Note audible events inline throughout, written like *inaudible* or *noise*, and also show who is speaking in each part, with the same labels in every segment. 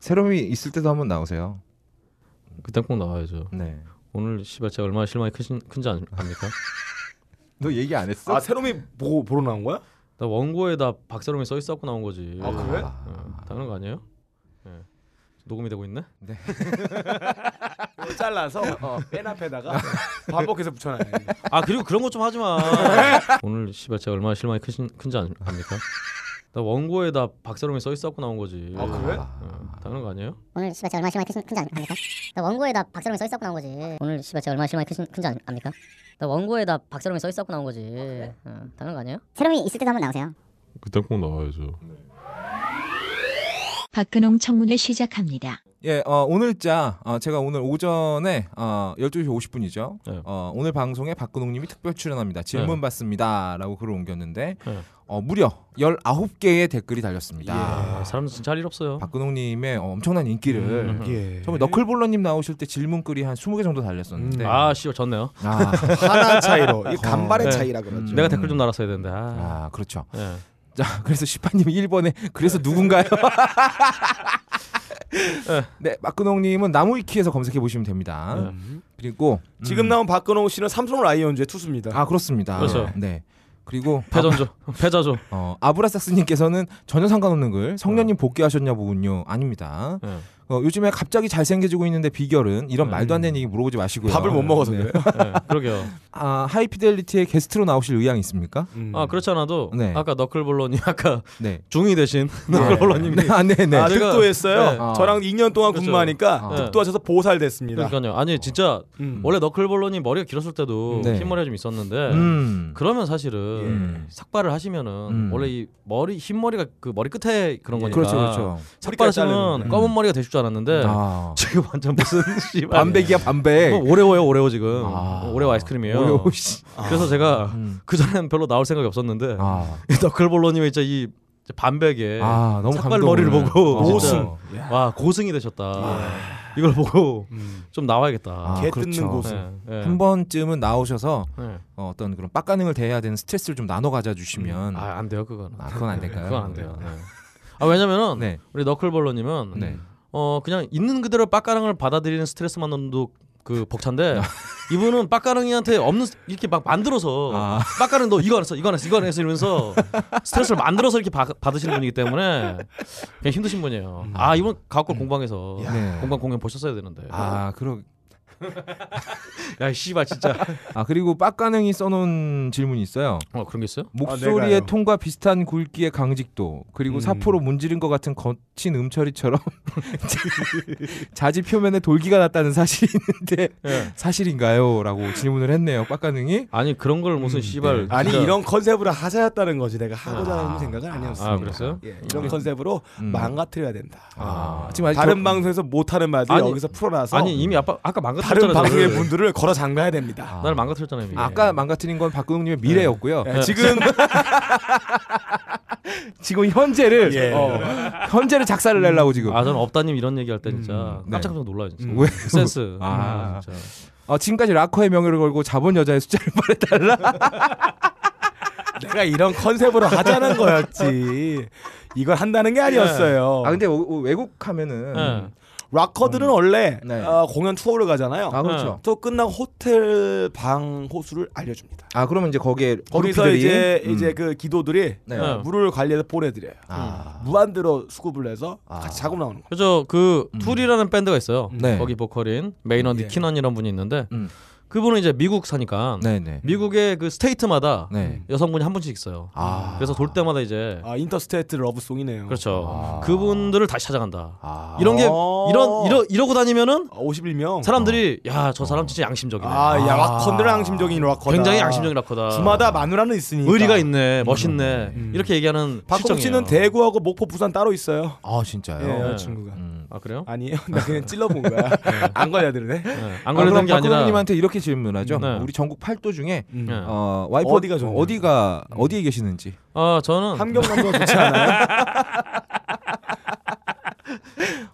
Speaker 1: 새롬이 있을 때도 한번 나오세요.
Speaker 2: 그땐 꼭 나와야죠.
Speaker 1: 네.
Speaker 2: 오늘 씨발 제가 얼마나 실망이 크신, 큰지 안- 압니까?
Speaker 1: 너 얘기 안 했어?
Speaker 3: 아 새롬이 보고 보러 나온 거야?
Speaker 2: 나 원고에다 박세롬이 써 있어갖고 나온 거지.
Speaker 3: 아, 그래?
Speaker 2: 어, 다른 거 아니에요? 예. 녹음이 되고 있네?
Speaker 3: 이거 잘라서 펜 *laughs* 앞에다가 반복해서 붙여놔야 돼.
Speaker 2: 아 그리고 그런 것 좀 하지 마. 오늘 씨발 제가 얼마나 실망이 크신, 큰지 안- 압니까? 나 원고에다 박세롬이 써 있어갖고 나온 거지.
Speaker 3: 아 그래?
Speaker 2: 어, 다른 거 아니에요?
Speaker 4: 오늘 씨발 제가 얼마나 실망이 크- 큰지 압니까? 나 원고에다 박세롬이 써있었고 나온 거지. 오늘 씨발 제가 얼마나 실망이 크- 큰지 안- 압니까? 나 원고에다 박세롬이 써있었고 나온 거지. 어, 당연한 거 아니에요? 세롬이 있을 때도 한번 나오세요.
Speaker 5: 그땐 꼭 나와야죠.
Speaker 6: 박근홍 청문회 시작합니다.
Speaker 1: 예, 어, 오늘자 어, 제가 오늘 오전에 어, 12시 50분이죠.
Speaker 2: 네.
Speaker 1: 어, 오늘 방송에 박근홍님이 특별 출연합니다. 질문
Speaker 2: 네.
Speaker 1: 받습니다라고 글을 옮겼는데
Speaker 2: 네.
Speaker 1: 어, 무려 19개의 댓글이 달렸습니다.
Speaker 2: 아, 사람들 진짜 할 일 없어요.
Speaker 1: 박근홍님의 어, 엄청난 인기를
Speaker 2: 음.
Speaker 3: 예.
Speaker 1: 처음에 너클볼러님 나오실 때 질문글이 한 20개 정도 달렸었는데
Speaker 3: 음.
Speaker 2: 아 씨발 졌네요.
Speaker 1: 아,
Speaker 2: *laughs*
Speaker 7: 하나 차이로 이
Speaker 2: 네.
Speaker 7: 간발의 차이라 그러죠.
Speaker 1: 음.
Speaker 2: 내가 댓글 좀 달았어야 되는데. 아.
Speaker 1: 아, 그렇죠.
Speaker 2: 예.
Speaker 1: 자, *laughs* 그래서 시파님이 1번에 그래서 누군가요? *laughs* 네, 마크농님은 나무위키에서 검색해 보시면 됩니다. 그리고 음,
Speaker 3: 지금 나온 박근홍 씨는 삼성 라이온즈의 투수입니다.
Speaker 1: 아 그렇습니다.
Speaker 2: 그렇죠.
Speaker 1: 네. 그리고
Speaker 2: 패전조. 패자조.
Speaker 1: 아, 어, 아브라삭스님께서는 전혀 상관없는 글 성년님 복귀하셨냐보군요. 아닙니다.
Speaker 2: 예.
Speaker 1: 어, 요즘에 갑자기 잘생겨지고 있는데 비결은 이런
Speaker 2: 음.
Speaker 1: 말도 안 되는 얘기 물어보지 마시고요.
Speaker 3: 밥을 못 먹어서
Speaker 1: 네.
Speaker 3: 그래요.
Speaker 2: 예, 그러게요.
Speaker 1: 아 하이피델리티의 게스트로 나오실 의향 있습니까?
Speaker 3: 음.
Speaker 2: 아 그렇지 않아도
Speaker 1: 네.
Speaker 2: 아까 너클볼러님 아까
Speaker 1: 네.
Speaker 2: 중이 대신 너클볼러님
Speaker 1: 아, 네, 네.
Speaker 3: 아,
Speaker 2: 제가-
Speaker 3: 득도했어요.
Speaker 2: 네.
Speaker 1: 아.
Speaker 3: 저랑 2년 동안
Speaker 2: 그렇죠.
Speaker 3: 근무하니까
Speaker 1: 아.
Speaker 3: 득도하셔서 보살됐습니다.
Speaker 2: 그러니까요.
Speaker 1: 어.
Speaker 2: 아니 진짜
Speaker 3: 음.
Speaker 2: 원래 너클볼러님 머리가 길었을 때도
Speaker 1: 네.
Speaker 2: 흰머리가 좀 있었는데
Speaker 1: 음.
Speaker 2: 그러면 사실은
Speaker 1: 음.
Speaker 2: 삭발을 하시면은
Speaker 1: 음.
Speaker 2: 원래 이 머리 흰머리가 그 머리 끝에 그런 거니까
Speaker 1: 그렇죠, 그렇죠.
Speaker 3: 머리까지
Speaker 2: 삭발하시면
Speaker 3: 자르는데.
Speaker 2: 검은 머리가 되실 줄 알았는데
Speaker 1: 아.
Speaker 2: *laughs* 지금 완전 무슨 *laughs* 씨발
Speaker 1: 반백이야 반백.
Speaker 2: 네. 뭐 오레오예요 오레오 지금
Speaker 1: 아.
Speaker 2: 오레오 아이스크림이에요
Speaker 1: 오레오, 씨.
Speaker 2: *laughs* 그래서 제가
Speaker 1: 음.
Speaker 2: 그전엔 별로 나올 생각이 없었는데
Speaker 1: 아,
Speaker 2: *laughs* 너클볼러님의 진짜 이 반백에
Speaker 1: 아 너무 감동.
Speaker 2: 삭발 네. 머리를 보고
Speaker 3: 오승.
Speaker 2: 진짜 와 고승이 되셨다 이걸 보고
Speaker 3: 음.
Speaker 2: 좀 나와야겠다
Speaker 1: 아,
Speaker 3: 개
Speaker 1: 그렇죠.
Speaker 3: 뜯는 고수.
Speaker 2: 예, 예.
Speaker 1: 한 번쯤은 나오셔서
Speaker 2: 예.
Speaker 1: 어, 어떤 그런 빡가능을 대해야 되는 스트레스를 좀 나눠 가져 주시면 아,
Speaker 2: 아, 안 돼요 그건
Speaker 1: 그건 안 될까요?
Speaker 2: 그건 안 돼요 예. 아 왜냐면은
Speaker 1: 네.
Speaker 2: 우리 너클볼러님은
Speaker 1: 네.
Speaker 2: 어 그냥 있는 그대로 빡가랑을 받아들이는 스트레스만으로도 그 벅찬데 이분은 빡가랑이한테 없는 스- 이렇게 막 만들어서
Speaker 1: 아.
Speaker 2: 빡가랑 너 이거 안 했어 이거 안 했어 이거 안 했어 이러면서 스트레스를 만들어서 이렇게 받- 받으시는 분이기 때문에 그냥 힘드신 분이에요 아 이분 가옥걸 공방에서
Speaker 1: 네.
Speaker 2: 공방 공연 보셨어야 되는데
Speaker 1: 아, 그러
Speaker 2: 야 씨발 진짜
Speaker 1: 아, 그리고 빡가능이 써 놓은 질문이 있어요.
Speaker 2: 어 그런 게 있어요?
Speaker 1: 목소리의
Speaker 3: 아, 내가요.
Speaker 1: 통과 비슷한 굵기의 강직도 그리고
Speaker 3: 음.
Speaker 1: 사포로 문지른 것 같은 거친 음처리처럼 *laughs* 자지 표면에 돌기가 났다는 사실이 있는데
Speaker 2: 예.
Speaker 1: 사실인가요? 라고 질문을 했네요. 빡가능이
Speaker 2: 아니 그런 걸 무슨 씨발
Speaker 1: 네.
Speaker 3: 아니
Speaker 2: 진짜-
Speaker 3: 이런 컨셉으로 하자였다는 거지 내가 하고자
Speaker 1: 아.
Speaker 3: 하는 생각은 아니었어.
Speaker 2: 아, 그랬어요?
Speaker 3: 예, 이런 컨셉으로
Speaker 1: 음.
Speaker 3: 망가뜨려야 된다.
Speaker 1: 아, 지금 아직
Speaker 3: 다른
Speaker 1: 저-
Speaker 3: 방송에서 못하는 말들
Speaker 2: 아니,
Speaker 3: 여기서 풀어놔서
Speaker 2: 아니 이미 아빠, 아까
Speaker 3: 다른
Speaker 2: 망가뜨렸잖아
Speaker 3: 방송의
Speaker 2: 나를.
Speaker 3: 분들을 걸어 잠가야 됩니다.
Speaker 2: 나를 망가뜨렸잖아요 이미.
Speaker 1: 아까 망가뜨린 건 박근홍님의 미래였고요.
Speaker 2: 네.
Speaker 3: 예,
Speaker 2: *laughs*
Speaker 3: 지금
Speaker 1: 지금 현재를
Speaker 3: 예.
Speaker 1: 어, 현재를 작사를 내려고
Speaker 3: 그
Speaker 1: 지금.
Speaker 2: 아 저는 업다님 이런 얘기할 때
Speaker 3: 음,
Speaker 2: 진짜
Speaker 1: 네.
Speaker 2: 깜짝깜짝 놀라요 진짜
Speaker 1: 왜?
Speaker 2: *laughs*
Speaker 3: *laughs*
Speaker 2: 센스
Speaker 1: 아.
Speaker 2: 아, 진짜
Speaker 1: 어, 지금까지 라커의 명예를 걸고 자본 여자의 숫자를 *laughs* 말해달라.
Speaker 3: 내가 이런 컨셉으로 하자는 거였지. 이걸 한다는 게 아니었어요.
Speaker 2: 네.
Speaker 1: 아 근데 어, 어, 외국
Speaker 3: 음.
Speaker 1: 하면은
Speaker 2: 예.
Speaker 3: 락커들은 원래
Speaker 1: 네.
Speaker 3: 어, 공연 투어를 가잖아요.
Speaker 1: 아 그렇죠.
Speaker 3: 또 끝나고 호텔 방 호수를 알려줍니다.
Speaker 1: 아 그러면 이제 거기에
Speaker 3: 예. 거기서
Speaker 1: 그룹들이-
Speaker 3: 이제
Speaker 1: 음.
Speaker 3: 이제 그 기도들이
Speaker 1: 네.
Speaker 2: 어.
Speaker 3: 물을 관리해서 보내드려요.
Speaker 1: 아.
Speaker 3: 무한대로 수급을 해서
Speaker 1: 아.
Speaker 3: 같이 작업 나오는 거.
Speaker 2: 그죠 그 툴이라는 밴드가 있어요
Speaker 1: 네.
Speaker 2: 거기 보컬인 메이너드
Speaker 3: 음. 예.
Speaker 2: 키넌이라는 분이 있는데
Speaker 1: 음.
Speaker 2: 그분은 이제 미국 사니까
Speaker 1: 네네.
Speaker 2: 음. 미국의 음. 그 스테이트마다
Speaker 1: 네.
Speaker 2: 여성분이 한 분씩 있어요
Speaker 1: 아.
Speaker 2: 그래서 돌 때마다 이제
Speaker 3: 아 인터스테이트 러브송이네요.
Speaker 2: 네. 그렇죠
Speaker 1: 아.
Speaker 2: 그분들을 다시 찾아간다
Speaker 1: 아.
Speaker 2: 이런 게
Speaker 3: 아.
Speaker 2: 이런 이러, 이러고 다니면은
Speaker 3: 아, 51명.
Speaker 2: 사람들이 야 저 사람 진짜 양심적이네
Speaker 3: 아야 락커들은 양심적인 락커다.
Speaker 2: 굉장히 양심적인 락커다
Speaker 3: 주마다 마누라는 있으니까.
Speaker 2: 의리가 있네 멋있네
Speaker 3: 음.
Speaker 2: 이렇게 얘기하는 실정이에요.
Speaker 3: 박홍
Speaker 2: 네,
Speaker 3: 씨는 대구하고 목포 부산 따로 있어요.
Speaker 1: 아
Speaker 3: 예,
Speaker 1: 진짜요.
Speaker 3: 여자친구가.
Speaker 1: 음.
Speaker 2: 아 그래요?
Speaker 3: 아니에요. 나 그냥 찔러본
Speaker 2: *laughs*
Speaker 3: 거야. 안 걸려드네.
Speaker 2: 네. 안 걸리는 게 아니라
Speaker 1: 님한테 이렇게 질문하죠.
Speaker 2: 네.
Speaker 1: 우리 전국 팔도 중에
Speaker 3: 음.
Speaker 2: 네.
Speaker 1: 어, 와이프
Speaker 3: 어디가 좋나요?
Speaker 1: 어디가 어디에 계시는지.
Speaker 2: 아 저는 *laughs*
Speaker 3: 함경남도 좋지 않아요?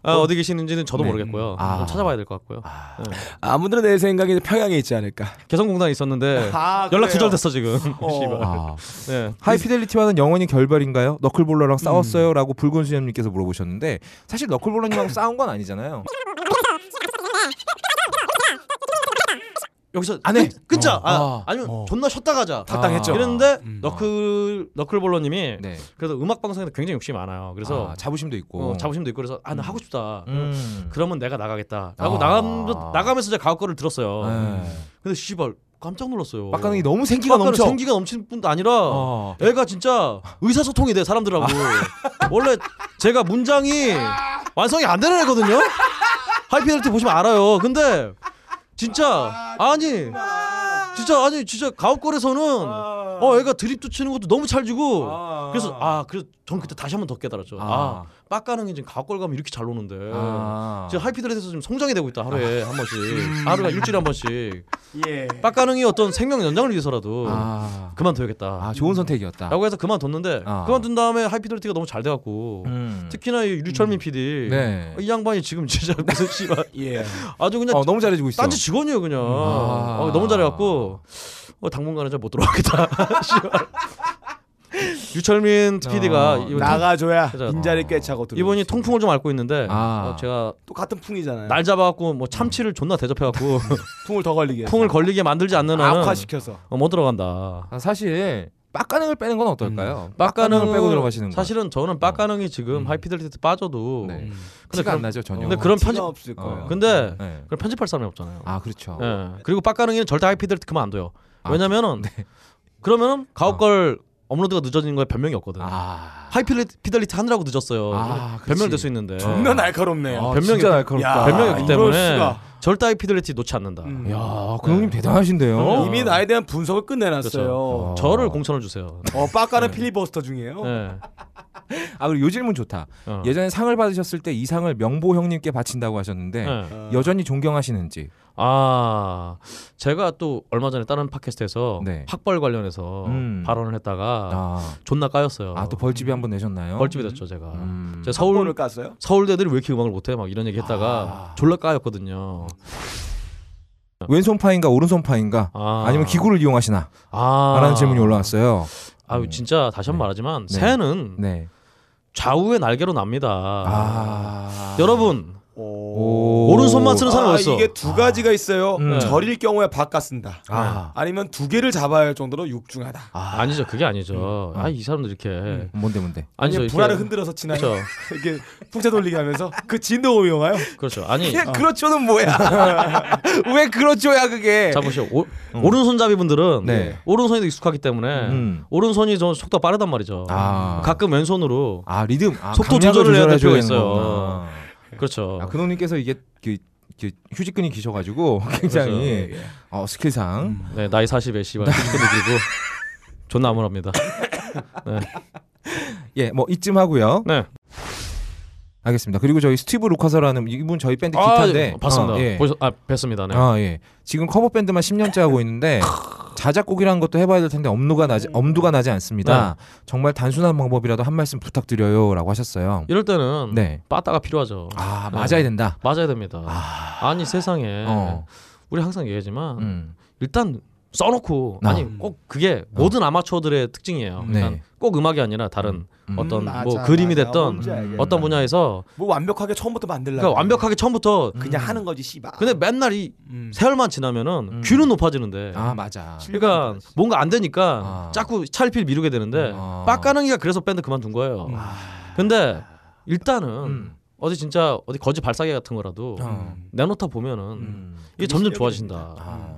Speaker 2: 아, 어디 계시는지는 저도
Speaker 8: 네.
Speaker 2: 모르겠고요.
Speaker 8: 아.
Speaker 2: 좀 찾아봐야 될 것 같고요. 네.
Speaker 8: 아무튼 내 생각에 평양에 있지 않을까.
Speaker 2: 개성공단에 있었는데
Speaker 3: *laughs*
Speaker 8: 아,
Speaker 2: 연락 두절됐어 지금. *laughs* 씨발.
Speaker 1: 아.
Speaker 2: 네.
Speaker 1: 하이피델리티와는 영원히 결별인가요?
Speaker 2: 음.
Speaker 1: 너클볼러랑 싸웠어요라고 붉은 수염님께서 물어보셨는데 사실 너클볼러님하고 싸운 건
Speaker 2: *laughs*
Speaker 1: 아니잖아요.
Speaker 2: 여기서 안해 끊자.
Speaker 8: 아.
Speaker 2: 아, 아니면
Speaker 8: 어.
Speaker 2: 존나 쉬었다 가자.
Speaker 8: 탁당했죠.
Speaker 2: 이랬는데
Speaker 8: 음.
Speaker 2: 너클 너클볼러님이
Speaker 1: 네.
Speaker 2: 그래서 음악 방송에 굉장히 욕심이 많아요. 그래서
Speaker 1: 아, 자부심도 있고.
Speaker 2: 어, 자부심도 있고 그래서 아 나 하고 싶다.
Speaker 1: 음.
Speaker 2: 그러면 내가 나가겠다. 라고
Speaker 1: 아.
Speaker 2: 나가면서 나가면서 제가 가옥 거를 들었어요.
Speaker 1: 네.
Speaker 2: 근데 씨발 깜짝 놀랐어요.
Speaker 1: 막가능이 너무 생기가 넘쳐.
Speaker 2: 생기가 넘치는 뿐도 아니라
Speaker 1: 어.
Speaker 2: 애가 진짜 의사소통이 돼 사람들하고 원래 제가 문장이 완성이 안 되는 애거든요 하이피델리티 보시면 알아요 근데 진짜 아니 진짜 아니 진짜 가옥골에서는 어 애가 드립도 치는 것도 너무 찰지고 그래서 아 그래서 전 그때 다시 한 번 더 깨달았죠 아 빡가능이 지금 가옥골 가면 이렇게 잘 노는데
Speaker 1: 아.
Speaker 2: 지금 하이피델리티에서 지금 성장이 되고 있다 하루에 한 번씩 하루가 일주일에 한 번씩
Speaker 8: 예.
Speaker 2: 빡가능이 어떤 생명 연장을 위해서라도
Speaker 1: 아.
Speaker 2: 그만둬야겠다
Speaker 1: 아, 좋은 선택이었다.
Speaker 2: 라고 해서 그만뒀는데
Speaker 1: 아.
Speaker 2: 그만둔 다음에 하이피델리티가 너무 잘 돼갖고
Speaker 1: 음.
Speaker 2: 특히나 이 류철민 PD 어,
Speaker 1: 네.
Speaker 2: 이 양반이 지금
Speaker 1: *laughs*
Speaker 2: 진짜 무슨 씨발
Speaker 8: 예.
Speaker 2: 아주 그냥
Speaker 1: 어, 너무 잘해주고 있어.
Speaker 2: 딴지 직원이에요 그냥
Speaker 1: 아.
Speaker 2: 어, 너무 잘해갖고 어, 당분간은 잘 못 들어가겠다 *laughs* 씨발. 류철민 PD가
Speaker 1: 어,
Speaker 2: 이번
Speaker 3: 나가줘야
Speaker 2: 그죠.
Speaker 3: 빈자리 꿰차고
Speaker 2: 아.
Speaker 3: 들어.
Speaker 2: 이분이 통풍을 좀 앓고 있는데
Speaker 1: 아.
Speaker 2: 어, 제가
Speaker 8: 또 같은
Speaker 3: 네.
Speaker 8: 풍이잖아요.
Speaker 2: 날 잡아갖고 뭐 참치를 존나 대접해갖고
Speaker 1: 음.
Speaker 2: *laughs*
Speaker 3: 풍을 더 걸리게.
Speaker 2: 풍을 걸리게 만들지 않는 한은
Speaker 3: 악화시켜서.
Speaker 2: 어, 못 들어간다
Speaker 1: 아, 사실 빡가능을 빼는 건 어떨까요?
Speaker 2: 음. 빡가능은
Speaker 1: 빡가능을 빼고 들어가시는 거.
Speaker 2: 사실은 저는 빡가능이 지금 하이피델리티 빠져도
Speaker 1: 네.
Speaker 2: 근데
Speaker 1: 티가
Speaker 2: 그럼-
Speaker 1: 안 나죠 전혀.
Speaker 2: 근데
Speaker 3: 어,
Speaker 2: 그런 편집 어.
Speaker 8: 편집 없을 거예요.
Speaker 2: 근데
Speaker 1: 네.
Speaker 2: 그럼 편집할 사람이 없잖아요.
Speaker 1: 아 그렇죠.
Speaker 2: 예. 그리고 빡가능이는 절대 하이피델리티 그만 안 돼요.
Speaker 1: 아, 어.
Speaker 2: 왜냐면은 그러면은 가옥걸 업로드가 늦어지는 거에 변명이 없거든. 요
Speaker 1: 아,
Speaker 2: 하이피델리티 하느라고 늦었어요.
Speaker 1: 아, 그렇지.
Speaker 2: 변명 될 수 있는데.
Speaker 3: 존나 날카롭네요.
Speaker 1: 아,
Speaker 2: 변명이-
Speaker 1: 진짜 날카롭다. 아,
Speaker 3: 야,
Speaker 2: 변명이었기
Speaker 3: 이럴
Speaker 2: 때문에
Speaker 3: 수가.
Speaker 2: 절대 하이피델리티 놓지 않는다.
Speaker 3: 음. 어.
Speaker 1: 야, 그 형님 대단하신데요.
Speaker 2: 그럼요.
Speaker 3: 이미 나에 대한 분석을 끝내놨어요.
Speaker 1: 그렇죠.
Speaker 2: 저를
Speaker 1: 어.
Speaker 2: 공천을 주세요.
Speaker 3: 어, 빡가는
Speaker 2: 네.
Speaker 3: 필리버스터 중이에요.
Speaker 2: 예.
Speaker 1: 아 그리고 요 질문 좋다.
Speaker 2: 어.
Speaker 1: 예전에 상을 받으셨을 때 이 상을 명보 형님께 바친다고 하셨는데
Speaker 2: 예.
Speaker 3: 어.
Speaker 1: 여전히 존경하시는지.
Speaker 2: 아 제가 또 얼마 전에 다른 팟캐스트에서
Speaker 1: 네.
Speaker 2: 학벌 관련해서
Speaker 1: 음.
Speaker 2: 발언을 했다가
Speaker 1: 아,
Speaker 2: 존나 까였어요.
Speaker 1: 아, 또 벌집이 한번 내셨나요?
Speaker 2: 벌집이 아, 됐죠 제가.
Speaker 1: 음.
Speaker 2: 제가 서울
Speaker 3: 서울을 깠어요?
Speaker 2: 서울대들이 왜 이렇게 음악을 못해 막 이런 얘기
Speaker 1: 아.
Speaker 2: 했다가 졸라
Speaker 1: 어.
Speaker 2: 까였거든요.
Speaker 1: 왼손 파인가 오른손 파인가
Speaker 2: 아.
Speaker 1: 아니면 기구를 이용하시나?
Speaker 2: 아.
Speaker 1: 라는 질문이 올라왔어요.
Speaker 2: 아유 진짜 다시 한 번 말하지만
Speaker 1: 네.
Speaker 2: 새는
Speaker 1: 네.
Speaker 2: 좌우의 날개로 납니다.
Speaker 1: 아.
Speaker 2: 여러분
Speaker 1: 오.
Speaker 2: 오른손만 네. 쓰는 사람
Speaker 3: 아,
Speaker 2: 어딨어?
Speaker 3: 이게 두 가지가 있어요.
Speaker 1: 음.
Speaker 3: 절일 경우에 바깥 쓴다.
Speaker 1: 아.
Speaker 3: 아니면 두 개를 잡아야 할 정도로 육중하다.
Speaker 2: 아. 니죠 그게
Speaker 1: 음.
Speaker 2: 아니죠. 아 이 사람들 이렇게
Speaker 1: 뭔데 뭔데?
Speaker 2: 아니죠.
Speaker 3: 아니면
Speaker 2: 이렇게-
Speaker 3: 불화를 흔들어서 지나요.
Speaker 2: 그렇죠.
Speaker 3: 이렇게 풍차 돌리기 하면서 그 진동을 이용하여.
Speaker 1: *laughs*
Speaker 2: 그렇죠. 아니
Speaker 8: 예, 그렇죠는 뭐야?
Speaker 2: *laughs*
Speaker 1: 왜 그렇죠야 그게?
Speaker 2: 자 보시오. 오, 오른손잡이 분들은
Speaker 1: 음. 네.
Speaker 2: 오른손이 더 익숙하기 때문에
Speaker 1: 음.
Speaker 2: 오른손이 좀 속도가 빠르단 말이죠.
Speaker 1: 아.
Speaker 2: 가끔 왼손으로
Speaker 1: 아 리듬 아,
Speaker 2: 속도
Speaker 1: 강약을
Speaker 2: 조절을 해야
Speaker 1: 조절해줘야
Speaker 2: 될 필요가
Speaker 1: 되는
Speaker 2: 있어요.
Speaker 1: 거구나.
Speaker 2: 그렇죠.
Speaker 1: 아, 근호님께서 이게 그, 그 휴지끈이 기셔가지고 굉장히 어, 스킬상
Speaker 2: 네 나이 40에 씨발 휴지끈 들고 존나 암울합니다.
Speaker 1: 예 뭐 이쯤 하고요.
Speaker 2: 네.
Speaker 1: 알겠습니다. 그리고 저희 스티브 루카서라는 이분 저희 밴드 기타인데
Speaker 2: 예, 봤습니다.
Speaker 1: 어, 예.
Speaker 2: 보셔, 아 뵀습니다. 네.
Speaker 1: 아, 예. 지금 커버 밴드만 10년째 하고 있는데 자작곡이라는 것도 해봐야 될 텐데 엄두가 나지 엄두가 나지 않습니다. 정말 단순한 방법이라도 한 말씀 부탁드려요라고 하셨어요.
Speaker 2: 이럴 때는
Speaker 1: 네.
Speaker 2: 빠따가 필요하죠.
Speaker 1: 아 맞아야 된다.
Speaker 2: 맞아야 됩니다. 아... 니 세상에
Speaker 1: 어.
Speaker 2: 우리 항상 얘기하지만
Speaker 1: 음.
Speaker 2: 일단 써놓고
Speaker 1: 아.
Speaker 2: 아니 꼭 그게 모든 아마추어들의 특징이에요.
Speaker 1: 네.
Speaker 2: 일단 꼭 음악이 아니라 다른
Speaker 1: 음.
Speaker 2: 어떤
Speaker 3: 음, 맞아,
Speaker 2: 뭐 그림이
Speaker 3: 맞아.
Speaker 2: 됐던
Speaker 3: 뭔지 알겠다.
Speaker 2: 어떤 분야에서
Speaker 3: 음. 뭐 완벽하게 처음부터 만들라.
Speaker 2: 그러니까 완벽하게 처음부터
Speaker 3: 그냥 하는 거지 씨발.
Speaker 2: 근데 맨날 이
Speaker 3: 음.
Speaker 2: 세월만 지나면은
Speaker 1: 음.
Speaker 2: 귀는 높아지는데
Speaker 1: 아 맞아.
Speaker 2: 그러니까 뭔가 안 되니까
Speaker 1: 아.
Speaker 2: 자꾸 차일피일 미루게 되는데
Speaker 1: 아.
Speaker 2: 빡가능이가 그래서 밴드 그만둔 거예요.
Speaker 3: 음.
Speaker 2: 근데 일단은
Speaker 1: 아. 음.
Speaker 2: 어디 진짜 어디 거지 발사기 같은 거라도
Speaker 1: 어.
Speaker 2: 내놓다 보면은
Speaker 1: 음.
Speaker 2: 이게 점점 좋아진다.
Speaker 1: 아.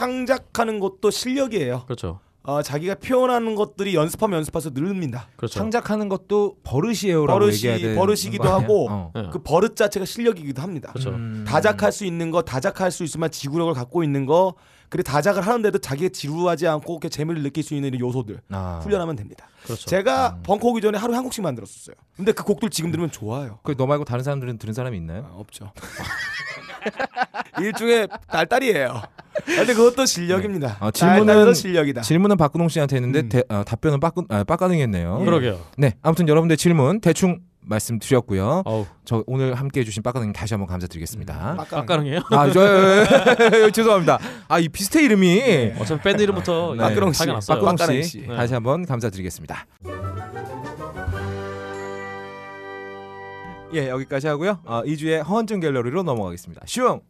Speaker 3: 창작하는 것도 실력이에요.
Speaker 2: 그렇죠.
Speaker 3: 어, 자기가 표현하는 것들이 연습하면 연습해서 늘립니다.
Speaker 2: 그렇죠.
Speaker 1: 창작하는 것도 버릇이에요라고
Speaker 3: 버릇이-
Speaker 1: 얘기해야 되는
Speaker 3: 버릇이기도
Speaker 1: 거 아니야?
Speaker 3: 하고.
Speaker 1: 어.
Speaker 2: 예.
Speaker 3: 그 버릇 자체가 실력이기도 합니다.
Speaker 2: 그렇죠.
Speaker 1: 음.
Speaker 3: 다작할 수 있는 거, 다작할 수 있으면 지구력을 갖고 있는 거, 그리고 다작을 하는데도 자기가 지루하지 않고 이렇게 재미를 느낄 수 있는 이런 요소들
Speaker 1: 아.
Speaker 3: 훈련하면 됩니다.
Speaker 2: 그렇죠.
Speaker 3: 제가 벙커 오기 전에 하루 에한 곡씩 만들었었어요. 근데 그 곡들 지금 들으면 좋아요.
Speaker 1: 그너 말고 다른 사람들은 들은 사람이
Speaker 3: 아,
Speaker 1: 있나요?
Speaker 3: 없죠. *laughs* 일종의 딸딸이에요. 근데 그것도 실력입니다.
Speaker 1: 아, 질문은-
Speaker 3: 질문은 실력이다.
Speaker 1: 질문은 어, 박근홍 씨한테 했는데 대- 아, 답변은 빡 아, 빡가능했네요.
Speaker 2: 음. 예. 그러게요.
Speaker 1: 네, 아무튼 여러분들 질문 대충 말씀드렸고요.
Speaker 2: 어우,
Speaker 1: 저 오늘 함께 해주신 빠까님 다시 한번
Speaker 2: 음.
Speaker 1: 감사드리겠습니다.
Speaker 2: 빡가능해요?
Speaker 1: 아, 저 *laughs* 예, 예, 죄송합니다. 아, 이 비슷해 이름이
Speaker 2: *laughs* 어차피 밴드 이름부터
Speaker 1: 네.
Speaker 2: 네.
Speaker 1: 빠끄렁
Speaker 2: 차이가 났어요.
Speaker 1: 빠꾸롱
Speaker 8: 빠까능
Speaker 1: 씨 네.
Speaker 8: 씨.
Speaker 1: 다시 한번 감사드리겠습니다. 예, 여기까지 하고요. 어, 2주의 허언증 갤러리로 넘어가겠습니다. 슝.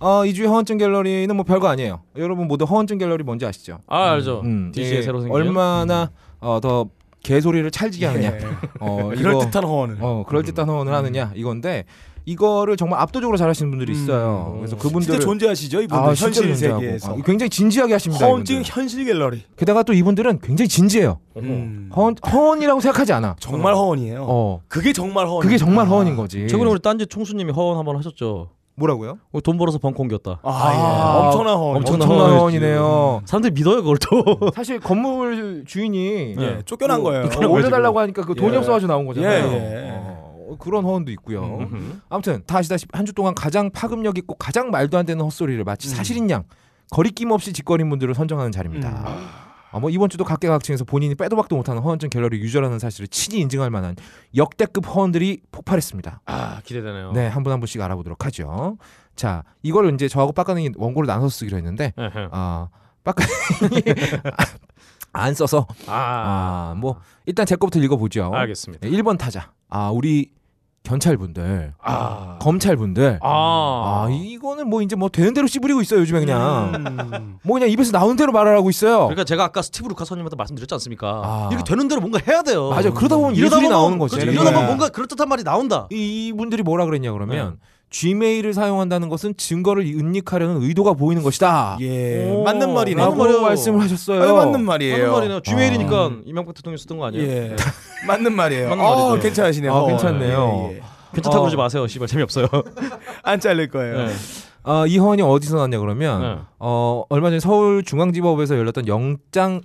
Speaker 1: 어, 2주의 허언증 갤러리는 뭐 별거 아니에요. 여러분 모두 허언증 갤러리 뭔지 아시죠?
Speaker 2: 아 알죠.
Speaker 1: 음,
Speaker 2: DJ의
Speaker 1: 이게
Speaker 2: 새로 생긴.
Speaker 1: 얼마나 어, 더 개소리를 찰지게 하느냐. 어,
Speaker 3: 예. *laughs* 그럴
Speaker 1: 이거
Speaker 3: 듯한 허언을.
Speaker 1: 어, 그럴 듯한 허언을 하느냐 이건데 이거를 정말 압도적으로 잘하시는 분들이 있어요. 그래서
Speaker 3: 진짜
Speaker 1: 그분들
Speaker 3: 존재하시죠 이분
Speaker 1: 아,
Speaker 3: 들
Speaker 1: 진짜
Speaker 3: 현실
Speaker 1: 존재하고.
Speaker 3: 세계에서.
Speaker 1: 아, 굉장히 진지하게 하십니다.
Speaker 3: 허언증
Speaker 1: 이분들.
Speaker 3: 현실 갤러리.
Speaker 1: 게다가 또 이분들은 굉장히 진지해요.
Speaker 3: 음.
Speaker 1: 허언, 허언이라고 생각하지 않아.
Speaker 3: 정말 허언이에요.
Speaker 1: 어.
Speaker 3: 그게 정말 허언.
Speaker 1: 그게 정말
Speaker 3: 아.
Speaker 1: 허언인 거지.
Speaker 2: 최근에 우리 딴지 총수님이 허언 한번 하셨죠.
Speaker 1: 뭐라고요?
Speaker 2: 어, 돈 벌어서 벙커 옮겼다.
Speaker 3: 아,
Speaker 1: 아,
Speaker 3: 예. 엄청난 허언.
Speaker 2: 엄청-
Speaker 1: 엄청난
Speaker 2: 허언이지.
Speaker 1: 허언이네요.
Speaker 2: 사람들이 믿어요 그걸 또.
Speaker 1: 사실 건물 주인이
Speaker 3: 예, 쫓겨난 거예요.
Speaker 1: 어, 올려달라고 하니까 그 돈이
Speaker 3: 예.
Speaker 1: 없어가지고 나온 거잖아요.
Speaker 3: 예, 예.
Speaker 1: 어, 그런 허언도 있고요. 아무튼 다 아시다시피 한 주 동안 가장 파급력 있고 가장 말도 안 되는 헛소리를 마치 사실인 양 거리낌 없이 짓거린 분들을 선정하는 자리입니다. 아, 뭐 이번 주도 각계각층에서 본인이 빼도 박도 못하는 허언증 갤러리 유저라는 사실을 친히 인증할 만한 역대급 허언들이 폭발했습니다.
Speaker 2: 아 기대되네요.
Speaker 1: 네, 한 분 한 분씩 알아보도록 하죠. 자, 이걸 이제 저하고 빡가능이 원고를 나눠서 쓰기로 했는데
Speaker 2: 에헴.
Speaker 1: 아, 빡가능이 *laughs* 안 써서
Speaker 2: 아,
Speaker 1: 아, 뭐 일단 제 거부터 읽어 보죠.
Speaker 2: 알겠습니다.
Speaker 1: 네, 1번 타자. 아, 우리 경찰분들,
Speaker 2: 아,
Speaker 1: 검찰분들. 아,
Speaker 2: 아,
Speaker 1: 이거는 뭐 이제 뭐 되는 대로 씨부리고 있어요, 요즘에 그냥.
Speaker 3: 음.
Speaker 1: 뭐 그냥 입에서 나오는 대로 말하라고 있어요.
Speaker 2: 음. 그러니까 제가 아까 스티브 루카스님한테 말씀드렸지 않습니까?
Speaker 1: 아.
Speaker 2: 이렇게 되는 대로 뭔가 해야 돼요.
Speaker 1: 맞아. 그러다 보면
Speaker 2: 뭐 이러다
Speaker 1: 일들이
Speaker 2: 보면
Speaker 1: 나오는 거지. 예.
Speaker 2: 그렇죠. 이러다 보면
Speaker 3: 네.
Speaker 2: 뭔가 네. 그럴듯한 말이 나온다.
Speaker 1: 이- 이분들이 뭐라 그랬냐 그러면 Gmail을 사용한다는 것은 증거를 은닉하려는 의도가 보이는 것이다.
Speaker 3: 예,
Speaker 2: 오.
Speaker 3: 맞는 말이네.
Speaker 2: 맞는
Speaker 1: 라고
Speaker 2: 말이에요.
Speaker 1: 말씀을 하셨어요.
Speaker 3: 아, 맞는
Speaker 2: 하는
Speaker 3: 말이에요.
Speaker 2: 말이네요. Gmail이니까
Speaker 1: 아.
Speaker 2: 이명박 대통령 쓰던 거 아니에요? 네.
Speaker 3: 예, *laughs* 맞는 말이에요.
Speaker 2: 맞는
Speaker 3: 어,
Speaker 2: 말이죠.
Speaker 3: 괜찮으시네요.
Speaker 1: 아,
Speaker 3: 허언.
Speaker 1: 괜찮네요.
Speaker 3: 예, 예.
Speaker 2: 괜찮다고
Speaker 1: 어.
Speaker 2: 그러지 마세요. 씨발 재미없어요.
Speaker 3: 안 잘릴 거예요.
Speaker 2: *laughs* 네.
Speaker 1: 아, 이 허언이 어디서 났냐 그러면
Speaker 2: 네.
Speaker 1: 어, 얼마 전에 서울중앙지법에서 열렸던 영장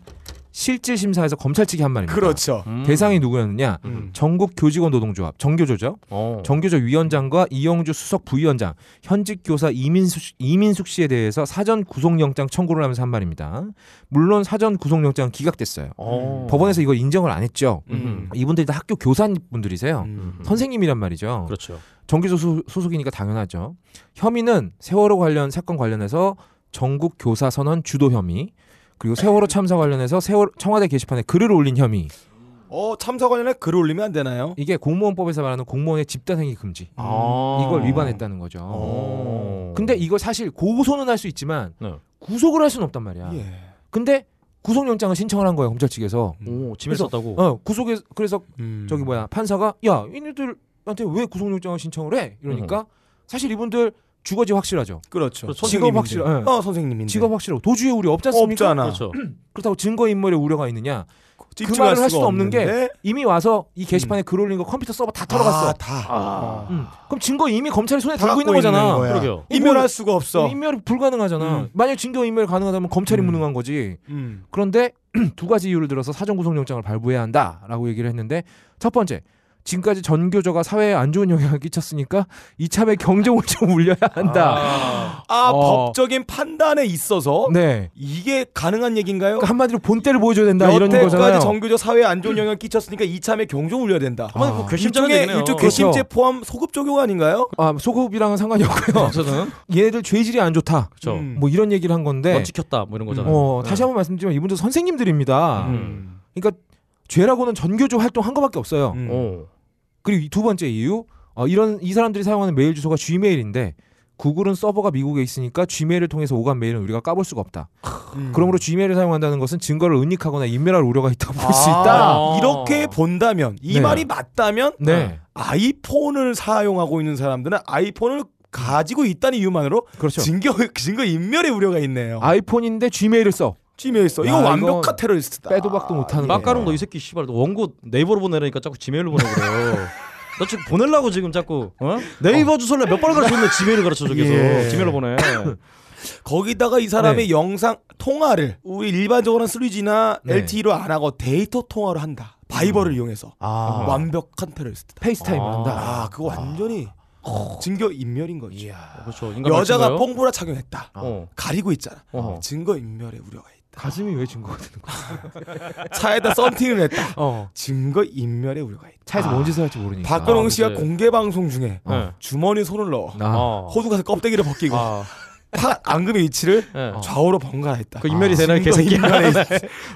Speaker 1: 실질 심사에서 검찰 측이 한 말입니다.
Speaker 3: 그렇죠.
Speaker 2: 음.
Speaker 1: 대상이 누구였느냐?
Speaker 3: 음.
Speaker 1: 전국 교직원 노동조합 정교조죠.
Speaker 2: 어.
Speaker 1: 정교조 위원장과 이영주 수석 부위원장, 현직 교사 이민숙, 씨- 이민숙 씨에 대해서 사전 구속영장 청구를 하면서 한 말입니다. 물론 사전 구속영장 은 기각됐어요.
Speaker 2: 어.
Speaker 1: 법원에서 이걸 인정을 안 했죠.
Speaker 2: 음.
Speaker 1: 이분들이 다 학교 교사분들이세요.
Speaker 3: 음.
Speaker 1: 선생님이란 말이죠.
Speaker 2: 그렇죠.
Speaker 1: 정교조 소- 소속이니까 당연하죠. 혐의는 세월호 관련 사건 관련해서 전국 교사 선언 주도 혐의, 그리고 세월호 참사 관련해서 세월 청와대 게시판에 글을 올린 혐의.
Speaker 3: 어, 참사 관련해 글 올리면 안 되나요?
Speaker 1: 이게 공무원법에서 말하는 공무원의 집단행위 금지.
Speaker 2: 아.
Speaker 1: 이걸 위반했다는 거죠.
Speaker 2: 어.
Speaker 1: 근데 이걸 사실 고소는 할 수 있지만
Speaker 2: 네.
Speaker 1: 구속을 할 수는 없단 말이야.
Speaker 3: 예.
Speaker 1: 근데 구속영장을 신청을 한 거예요 검찰 측에서.
Speaker 2: 오, 지메일
Speaker 1: 그래서-
Speaker 2: 썼다고.
Speaker 1: 어 구속에 그래서
Speaker 3: 음.
Speaker 1: 저기 뭐야 판사가 야 얘네들한테 왜 구속영장을 신청을 해? 이러니까 사실 이분들 주거지 확실하죠.
Speaker 3: 그렇죠.
Speaker 2: 그렇죠.
Speaker 1: 직업
Speaker 3: 선생님인데.
Speaker 1: 확실. 예.
Speaker 3: 어, 선생님인데.
Speaker 1: 직업 확실하고 도주의 우려 없지 않습니까?
Speaker 3: 없잖아.
Speaker 2: 그렇죠.
Speaker 1: 그렇다고 증거 인멸의 우려가 있느냐?
Speaker 3: 입증할
Speaker 1: 말을 할
Speaker 3: 수가
Speaker 1: 수도 없는 게
Speaker 3: 없는데.
Speaker 1: 이미 와서 이 게시판에 글 올린 거 컴퓨터 서버 다 털어갔어.
Speaker 3: 음. 아, 다.
Speaker 1: 음. 그럼 증거 이미 검찰이 손에
Speaker 3: 다
Speaker 1: 들고 있는
Speaker 3: 갖고 있는
Speaker 1: 거잖아.
Speaker 3: 거야.
Speaker 2: 그러게요.
Speaker 3: 인멸할 수가 없어.
Speaker 1: 인멸이 불가능하잖아.
Speaker 3: 음.
Speaker 1: 만약 증거 인멸 가능하다면 검찰이
Speaker 3: 음.
Speaker 1: 무능한 거지.
Speaker 3: 음.
Speaker 1: 그런데 *clears throat* 두 가지 이유를 들어서 사전 구속영장을 발부해야 한다라고 얘기를 했는데 첫 번째 지금까지 전교조가 사회에 안 좋은 영향을 끼쳤으니까 이참에 경종을 좀 *laughs* 울려야 한다.
Speaker 2: 아.
Speaker 3: 아,
Speaker 2: 어.
Speaker 3: 법적인 판단에 있어서
Speaker 1: 네.
Speaker 3: 이게 가능한 얘기인가요?
Speaker 1: 그러니까 한마디로 본때를 보여줘야 된다 이런 거잖아요.
Speaker 3: 여태까지 정규적 사회에 안 좋은 영향을 끼쳤으니까 이참에 경종 울려야 된다.
Speaker 2: 한마디 뭐 괘씸죄가
Speaker 3: 일종의
Speaker 2: 되겠네요.
Speaker 3: 일종
Speaker 1: 그렇죠.
Speaker 3: 괘씸죄 포함 소급 적용 아닌가요?
Speaker 1: 아, 소급이랑은 상관이 없고요.
Speaker 3: *laughs*
Speaker 2: 저는
Speaker 1: 얘네들 죄질이 안 좋다.
Speaker 2: 그렇죠.
Speaker 3: 음. 네.
Speaker 1: 뭐 이런 얘기를 한 건데.
Speaker 2: 넌 지켰다 뭐 이런 거잖아요.
Speaker 1: 어, 다시 한번 말씀드리면 이분들 선생님들입니다.
Speaker 2: 음.
Speaker 1: 그러니까 죄라고는 전교조 활동 한 거밖에 없어요.
Speaker 3: 음.
Speaker 2: 오.
Speaker 1: 그리고 이두 번째 이유 어, 이런 이 사람들이 사용하는 메일 주소가 Gmail인데 구글은 서버가 미국에 있으니까 Gmail을 통해서 오간 메일은 우리가 까볼 수가 없다.
Speaker 3: 음.
Speaker 1: 그러므로 Gmail을 사용한다는 것은 증거를 은닉하거나 인멸할 우려가 있다고 볼 수
Speaker 3: 아,
Speaker 1: 있다.
Speaker 3: 이렇게 본다면 이
Speaker 1: 네.
Speaker 3: 말이 맞다면
Speaker 1: 네,
Speaker 3: 아이폰을 사용하고 있는 사람들은 아이폰을 가지고 있다는 이유만으로
Speaker 1: 그렇죠.
Speaker 3: 증거 증거 인멸의 우려가 있네요.
Speaker 1: 아이폰인데 Gmail을 써
Speaker 3: 찜에 있어. 이거
Speaker 1: 야,
Speaker 3: 완벽한
Speaker 1: 이건
Speaker 3: 테러리스트다.
Speaker 1: 빼도 박도 못하는
Speaker 2: 막가롱
Speaker 1: 거예요.
Speaker 2: 너이 새끼 씨발 너 원고 네이버로 보내라니까 자꾸 지메일로 보내 *laughs* 그래요. 너 지금 보내려고 지금 자꾸 어? 네이버 주소를 몇 번을 가르쳤는데 지메일을 가르쳐줘 계속
Speaker 3: 예.
Speaker 2: 지메일로 *laughs* 보내. 어,
Speaker 3: 거기다가 이 사람의 영상 통화를 우리 일반적으로 하는 3G나
Speaker 1: 네.
Speaker 3: LTE로 안 하고 데이터 통화로 한다. 바이버를 이용해서
Speaker 1: 아,
Speaker 3: 완벽한 테러리스트다.
Speaker 1: 페이스타임을
Speaker 2: 아.
Speaker 1: 한다.
Speaker 3: 음. 아, 그거 완전히 증거 인멸인 거지. 아.
Speaker 2: 그렇죠. 인간
Speaker 3: 여자가
Speaker 2: 맞춘 거예요?
Speaker 3: 뽕보라 착용했다.
Speaker 2: 어.
Speaker 3: 가리고 있잖아.
Speaker 2: 어허.
Speaker 3: 증거 인멸의 우려가 있다.
Speaker 1: 가슴이 왜 증거가 되는 거야?
Speaker 3: 차에다 썬팅을 *laughs* 했다.
Speaker 1: 어.
Speaker 3: 증거 인멸의 우려가 있다.
Speaker 1: 차에서 뭔 짓을 할지 모르니까.
Speaker 3: 아. 박근홍 씨가
Speaker 2: 그치.
Speaker 3: 공개 방송 중에
Speaker 2: 네.
Speaker 3: 주머니 손을 넣어
Speaker 1: 아.
Speaker 2: 어.
Speaker 3: 호두 가서 껍데기를 벗기고
Speaker 2: 아.
Speaker 3: 파 앙금의 위치를
Speaker 2: 예.
Speaker 3: 좌우로 번갈아 했다.
Speaker 2: 그 인멸이
Speaker 3: 아,
Speaker 2: 되나요,
Speaker 3: 증거
Speaker 2: 개새끼야?
Speaker 3: *laughs* 인멸의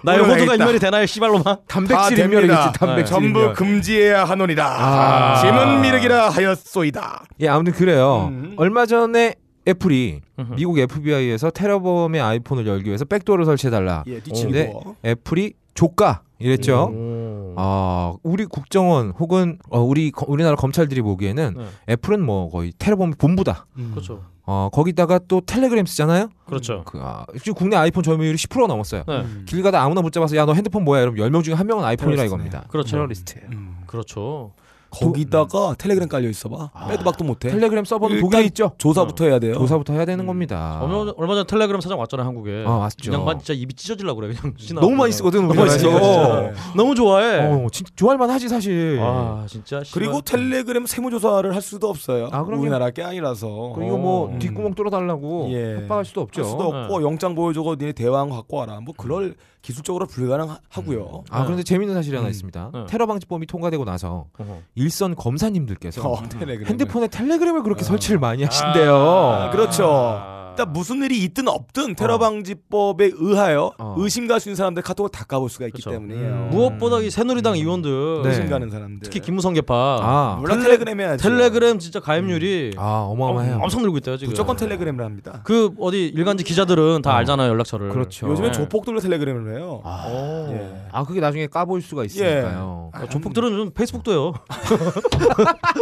Speaker 2: 나의
Speaker 3: 오늘
Speaker 2: 호두가
Speaker 3: 알겠다.
Speaker 2: 인멸이 되나요, 씨발로마?
Speaker 1: 단백질
Speaker 3: 다
Speaker 1: 인멸이겠지.
Speaker 3: 아, 됩니다. 네,
Speaker 1: 단백질
Speaker 3: 전부
Speaker 1: 인멸.
Speaker 3: 금지해야 하노니라.
Speaker 1: 아.
Speaker 3: 짐은 미륵이라 하였소이다.
Speaker 1: 예, 아무튼 그래요. 얼마 전에 애플이
Speaker 2: 음. 음흠.
Speaker 1: 미국 FBI에서 테러범의 아이폰을 열기 위해서 백도어를 설치해달라.
Speaker 3: 예,
Speaker 1: 근데
Speaker 3: 뒤치고.
Speaker 1: 애플이 조까 이랬죠.
Speaker 2: 음.
Speaker 1: 아, 우리 국정원 혹은 어, 우리 거- 우리나라 검찰들이 보기에는
Speaker 2: 네.
Speaker 1: 애플은 뭐 거의 테러범 본부다.
Speaker 2: 그렇죠.
Speaker 1: 어, 거기다가 또 텔레그램 쓰잖아요.
Speaker 2: 그렇죠.
Speaker 1: 그, 아, 지금 국내 아이폰 점유율이 10%가 넘었어요.
Speaker 2: 네.
Speaker 3: 음.
Speaker 1: 길 가다 아무나 붙잡아서 야 너 핸드폰 뭐야? 이러면 10명 중에 한 명은 아이폰이라
Speaker 3: 테러리스트네.
Speaker 1: 이겁니다.
Speaker 2: 그렇죠.
Speaker 1: 테러리스트예요.
Speaker 3: 음.
Speaker 2: 그렇죠.
Speaker 3: 거기다가 텔레그램 깔려 있어봐. 빼도 박도
Speaker 2: 네.
Speaker 3: 못해.
Speaker 1: 텔레그램 서버는
Speaker 3: 일단
Speaker 1: 독일에 있죠.
Speaker 3: 아. 조사부터 해야 돼요.
Speaker 1: 조사부터 해야
Speaker 2: 음.
Speaker 1: 되는 겁니다.
Speaker 2: 얼마 전- 얼마 전에 텔레그램 사장 왔잖아요, 한국에.
Speaker 1: 아, 왔죠. 음.
Speaker 2: 양반 진짜 입이 찢어질라 그래. 그냥 신하고
Speaker 1: 너무 많이
Speaker 2: 그냥.
Speaker 1: 쓰거든
Speaker 2: 너무 많이 네.
Speaker 1: 우리나라에서.
Speaker 2: 쓰거든, 너무 좋아해.
Speaker 1: 어, 예. 진짜 좋아할 만하지 사실.
Speaker 2: 아, 진짜. 씨발.
Speaker 3: 그리고 텔레그램 세무조사를 할 수도 없어요.
Speaker 1: 아, 그럼요.
Speaker 3: 우리나라 게 아니라서.
Speaker 1: 그리고 이거 뭐
Speaker 3: 음.
Speaker 1: 뒷구멍 뚫어달라고
Speaker 3: 예.
Speaker 1: 협박할 수도 없죠.
Speaker 3: 할 수도 없고 영장 보여주고 니네 대왕 갖고 와라. 뭐 그럴 기술적으로 불가능하고요.
Speaker 1: 아 그런데 재미있는 사실이 하나
Speaker 3: 음.
Speaker 1: 있습니다.
Speaker 2: 네.
Speaker 1: 테러 방지법이 통과되고 나서
Speaker 2: 어허.
Speaker 1: 일선 검사님들께서
Speaker 3: 어, 텔레그램.
Speaker 1: 핸드폰에 텔레그램을 그렇게
Speaker 3: 어.
Speaker 1: 설치를 많이 하신대요.
Speaker 2: 아,
Speaker 3: 그렇죠.
Speaker 2: 아. 어.
Speaker 3: 일단 무슨 일이 있든 없든 테러 방지법에 의하여
Speaker 1: 어.
Speaker 3: 의심 가수 있는 사람들 카톡을 다 까볼 수가 있기
Speaker 2: 그렇죠.
Speaker 3: 때문이에요.
Speaker 2: 무엇보다 이 새누리당 의원들
Speaker 1: 네.
Speaker 3: 의심 가는 사람들.
Speaker 2: 특히 김무성 개파
Speaker 1: 아,
Speaker 3: 물론 텔레그램 해야죠.
Speaker 2: 텔레그램 진짜 가입률이
Speaker 1: 아 어마어마해요.
Speaker 2: 엄- 엄청 늘고 있대요 지금.
Speaker 3: 무조건 텔레그램을 합니다.
Speaker 2: 그 어디 일간지 기자들은 다
Speaker 1: 어.
Speaker 2: 알잖아요 연락처를.
Speaker 1: 그렇죠.
Speaker 3: 요즘에
Speaker 2: 네.
Speaker 3: 조폭들로 텔레그램을 해요.
Speaker 1: 아,
Speaker 3: 예. 음.
Speaker 1: 아, 그게 나중에 까볼 수가 있으니까요.
Speaker 2: 어, 조폭들은 좀 페이스북도요. *laughs*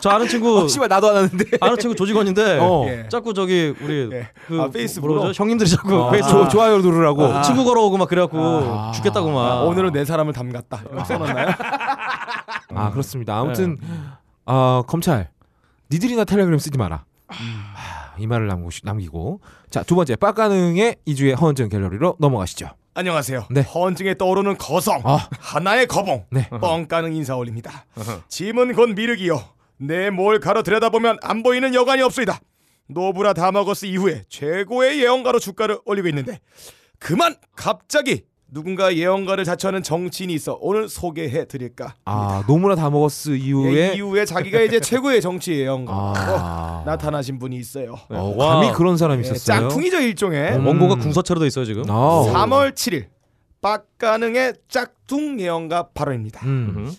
Speaker 2: 저 아는 친구
Speaker 1: 어, 씨발 나도 안 하는데.
Speaker 2: 아는 친구 조직원인데
Speaker 1: 어.
Speaker 3: 예.
Speaker 2: 자꾸 저기 우리
Speaker 3: 예.
Speaker 2: 그
Speaker 3: 아,
Speaker 2: 뭐-
Speaker 3: 페이스북으로?
Speaker 2: 뭐라 그러죠? 형님들이 자꾸
Speaker 1: 아,
Speaker 2: 페이스북
Speaker 1: 조, 좋아요 누르라고.
Speaker 2: 아. 친구 걸어오고 막 그래갖고
Speaker 1: 아.
Speaker 2: 죽겠다고 막.
Speaker 3: 아, 오늘은 내 사람을
Speaker 2: *laughs*
Speaker 3: 담갔다. 이렇게 써놨나요? 음.
Speaker 1: 아
Speaker 3: 네.
Speaker 1: 그렇습니다. 아무튼 어, 검찰 니들이나 텔레그램 쓰지 마라.
Speaker 3: 음.
Speaker 1: 하, 이 말을 남기고, 남기고. 자두 번째 빡가능의 이주의 허언증 갤러리로 넘어가시죠.
Speaker 3: 안녕하세요.
Speaker 1: 네.
Speaker 3: 허언증에 떠오르는 거성.
Speaker 1: 아.
Speaker 3: 하나의 거봉.
Speaker 1: 네.
Speaker 3: 뻥 까는 인사 올립니다. 짐은 곧 미륵이요. 내 몰카로 들여다보면 안 보이는 여간이 없소이다. 노브라 다마거스 이후에 최고의 예언가로 주가를 올리고 있는데 그만 갑자기 누군가 예언가를 자처하는 정치인이 있어 오늘 소개해 드릴까. 예,
Speaker 1: 아 노무라 다먹었스 이후에
Speaker 3: 음. 이후에 자기가 이제 최고의 정치 예언가
Speaker 1: 아,
Speaker 3: 로 나타나신 분이 있어요.
Speaker 1: 어,
Speaker 2: 와.
Speaker 1: 감히 그런 사람이
Speaker 3: 예,
Speaker 1: 있었어요.
Speaker 3: 짝퉁이죠 일종의.
Speaker 1: 음.
Speaker 2: 원고가 궁서체로 돼 있어요 지금.
Speaker 1: 아,
Speaker 3: 3월 7일 빡가능의 짝퉁 예언가 발언입니다.
Speaker 1: 음.
Speaker 2: 음.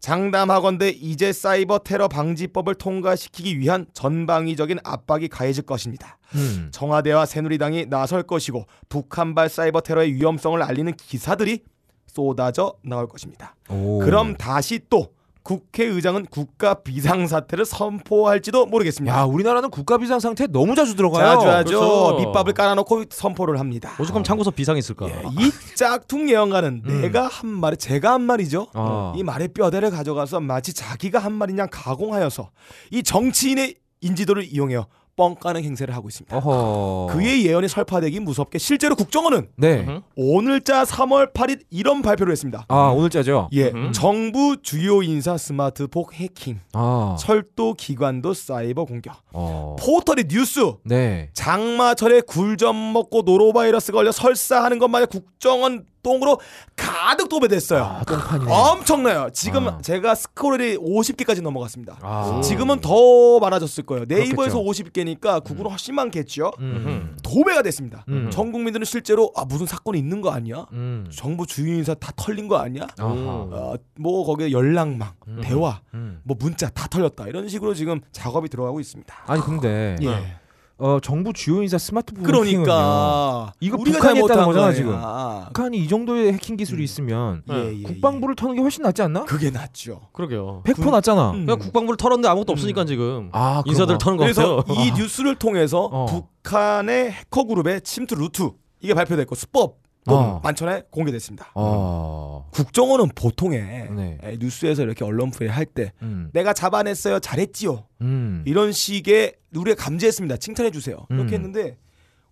Speaker 3: 장담하건대 이제 사이버 테러 방지법을 통과시키기 위한 전방위적인 압박이 가해질 것입니다.
Speaker 1: 음.
Speaker 3: 청와대와 새누리당이 나설 것이고 북한발 사이버 테러의 위험성을 알리는 기사들이 쏟아져 나올 것입니다.
Speaker 1: 오.
Speaker 3: 그럼 다시 또 국회의장은 국가 비상사태를 선포할지도 모르겠습니다.
Speaker 1: 야 우리나라는 국가 비상 상태 너무 자주 들어가요.
Speaker 3: 자주 하죠.
Speaker 2: 아, 그렇죠.
Speaker 3: 밑밥을 깔아놓고 선포를 합니다.
Speaker 2: 오죽하면 창고서 비상 있을까.
Speaker 3: 예, 이 짝퉁 예언가는
Speaker 1: 음.
Speaker 3: 내가 한 말에 제가 한 말이죠.
Speaker 1: 아.
Speaker 3: 이 말의 뼈대를 가져가서 마치 자기가 한 말인 양 가공하여서 이 정치인의 인지도를 이용해요 뻥까는 행세를 하고 있습니다.
Speaker 1: 어허.
Speaker 3: 그의 예언이 설파되기 무섭게 실제로 국정원은
Speaker 1: 네.
Speaker 2: 음.
Speaker 3: 오늘자 3월 8일 이런 발표를 했습니다.
Speaker 1: 아 오늘자죠.
Speaker 3: 예,
Speaker 2: 음.
Speaker 3: 정부 주요 인사 스마트폰 해킹,
Speaker 1: 아.
Speaker 3: 철도 기관도 사이버 공격,
Speaker 1: 어.
Speaker 3: 포털이 뉴스
Speaker 1: 네.
Speaker 3: 장마철에 굴전 먹고 노로바이러스 걸려 설사하는 것만 국정원 똥으로 가득 도배됐어요.
Speaker 1: 아 똥판이네.
Speaker 3: 엄청나요. 지금
Speaker 1: 아.
Speaker 3: 제가 스크롤이 50개까지 넘어갔습니다.
Speaker 1: 아.
Speaker 3: 지금은 더 많아졌을 거예요. 네이버에서
Speaker 1: 그렇겠죠.
Speaker 3: 50개니까 구글은 훨씬 많겠죠.
Speaker 1: 음.
Speaker 3: 도배가 됐습니다.
Speaker 1: 음.
Speaker 3: 전 국민들은 실제로 아 무슨 사건이 있는 거 아니야?
Speaker 1: 음.
Speaker 3: 정부 주요 인사 다 털린 거 아니야?
Speaker 1: 아하.
Speaker 3: 어, 뭐 거기에 연락망, 대화,
Speaker 1: 음.
Speaker 3: 뭐 문자 다 털렸다 이런 식으로 지금 작업이 들어가고 있습니다.
Speaker 1: 아니 근데
Speaker 3: 예.
Speaker 1: 어, 정부 주요 인사 스마트폰 해킹은요.
Speaker 3: 그러니까
Speaker 1: 이거
Speaker 3: 우리가
Speaker 1: 북한이
Speaker 3: 잘못한
Speaker 1: 했다는 그러니까. 거잖아,
Speaker 3: 거야.
Speaker 1: 지금.
Speaker 3: 아,
Speaker 1: 북한이 이 정도의 해킹 기술이 있으면
Speaker 3: 예, 예, 예.
Speaker 1: 국방부를 터는 게 훨씬 낫지 않나?
Speaker 3: 그게 낫죠.
Speaker 2: 그러게요.
Speaker 1: 100% 낫잖아.
Speaker 3: 음.
Speaker 2: 그냥 국방부를 털었는데 아무것도 없으니까 지금
Speaker 1: 아,
Speaker 2: 인사들
Speaker 1: 그런가?
Speaker 2: 터는 거
Speaker 3: 그래서
Speaker 2: 같아요.
Speaker 3: 이 뉴스를 통해서
Speaker 1: 어.
Speaker 3: 북한의 해커 그룹의 침투 루트 이게 발표됐고 수법 도
Speaker 1: 어.
Speaker 3: 만천에 공개됐습니다.
Speaker 1: 어.
Speaker 3: 국정원은 보통에
Speaker 1: 네.
Speaker 3: 에, 뉴스에서 이렇게 언론 플레이 할 때
Speaker 1: 음.
Speaker 3: 내가 잡아냈어요 잘했지요
Speaker 1: 음.
Speaker 3: 이런 식의 우리가 감지했습니다 칭찬해 주세요 이렇게
Speaker 1: 음.
Speaker 3: 했는데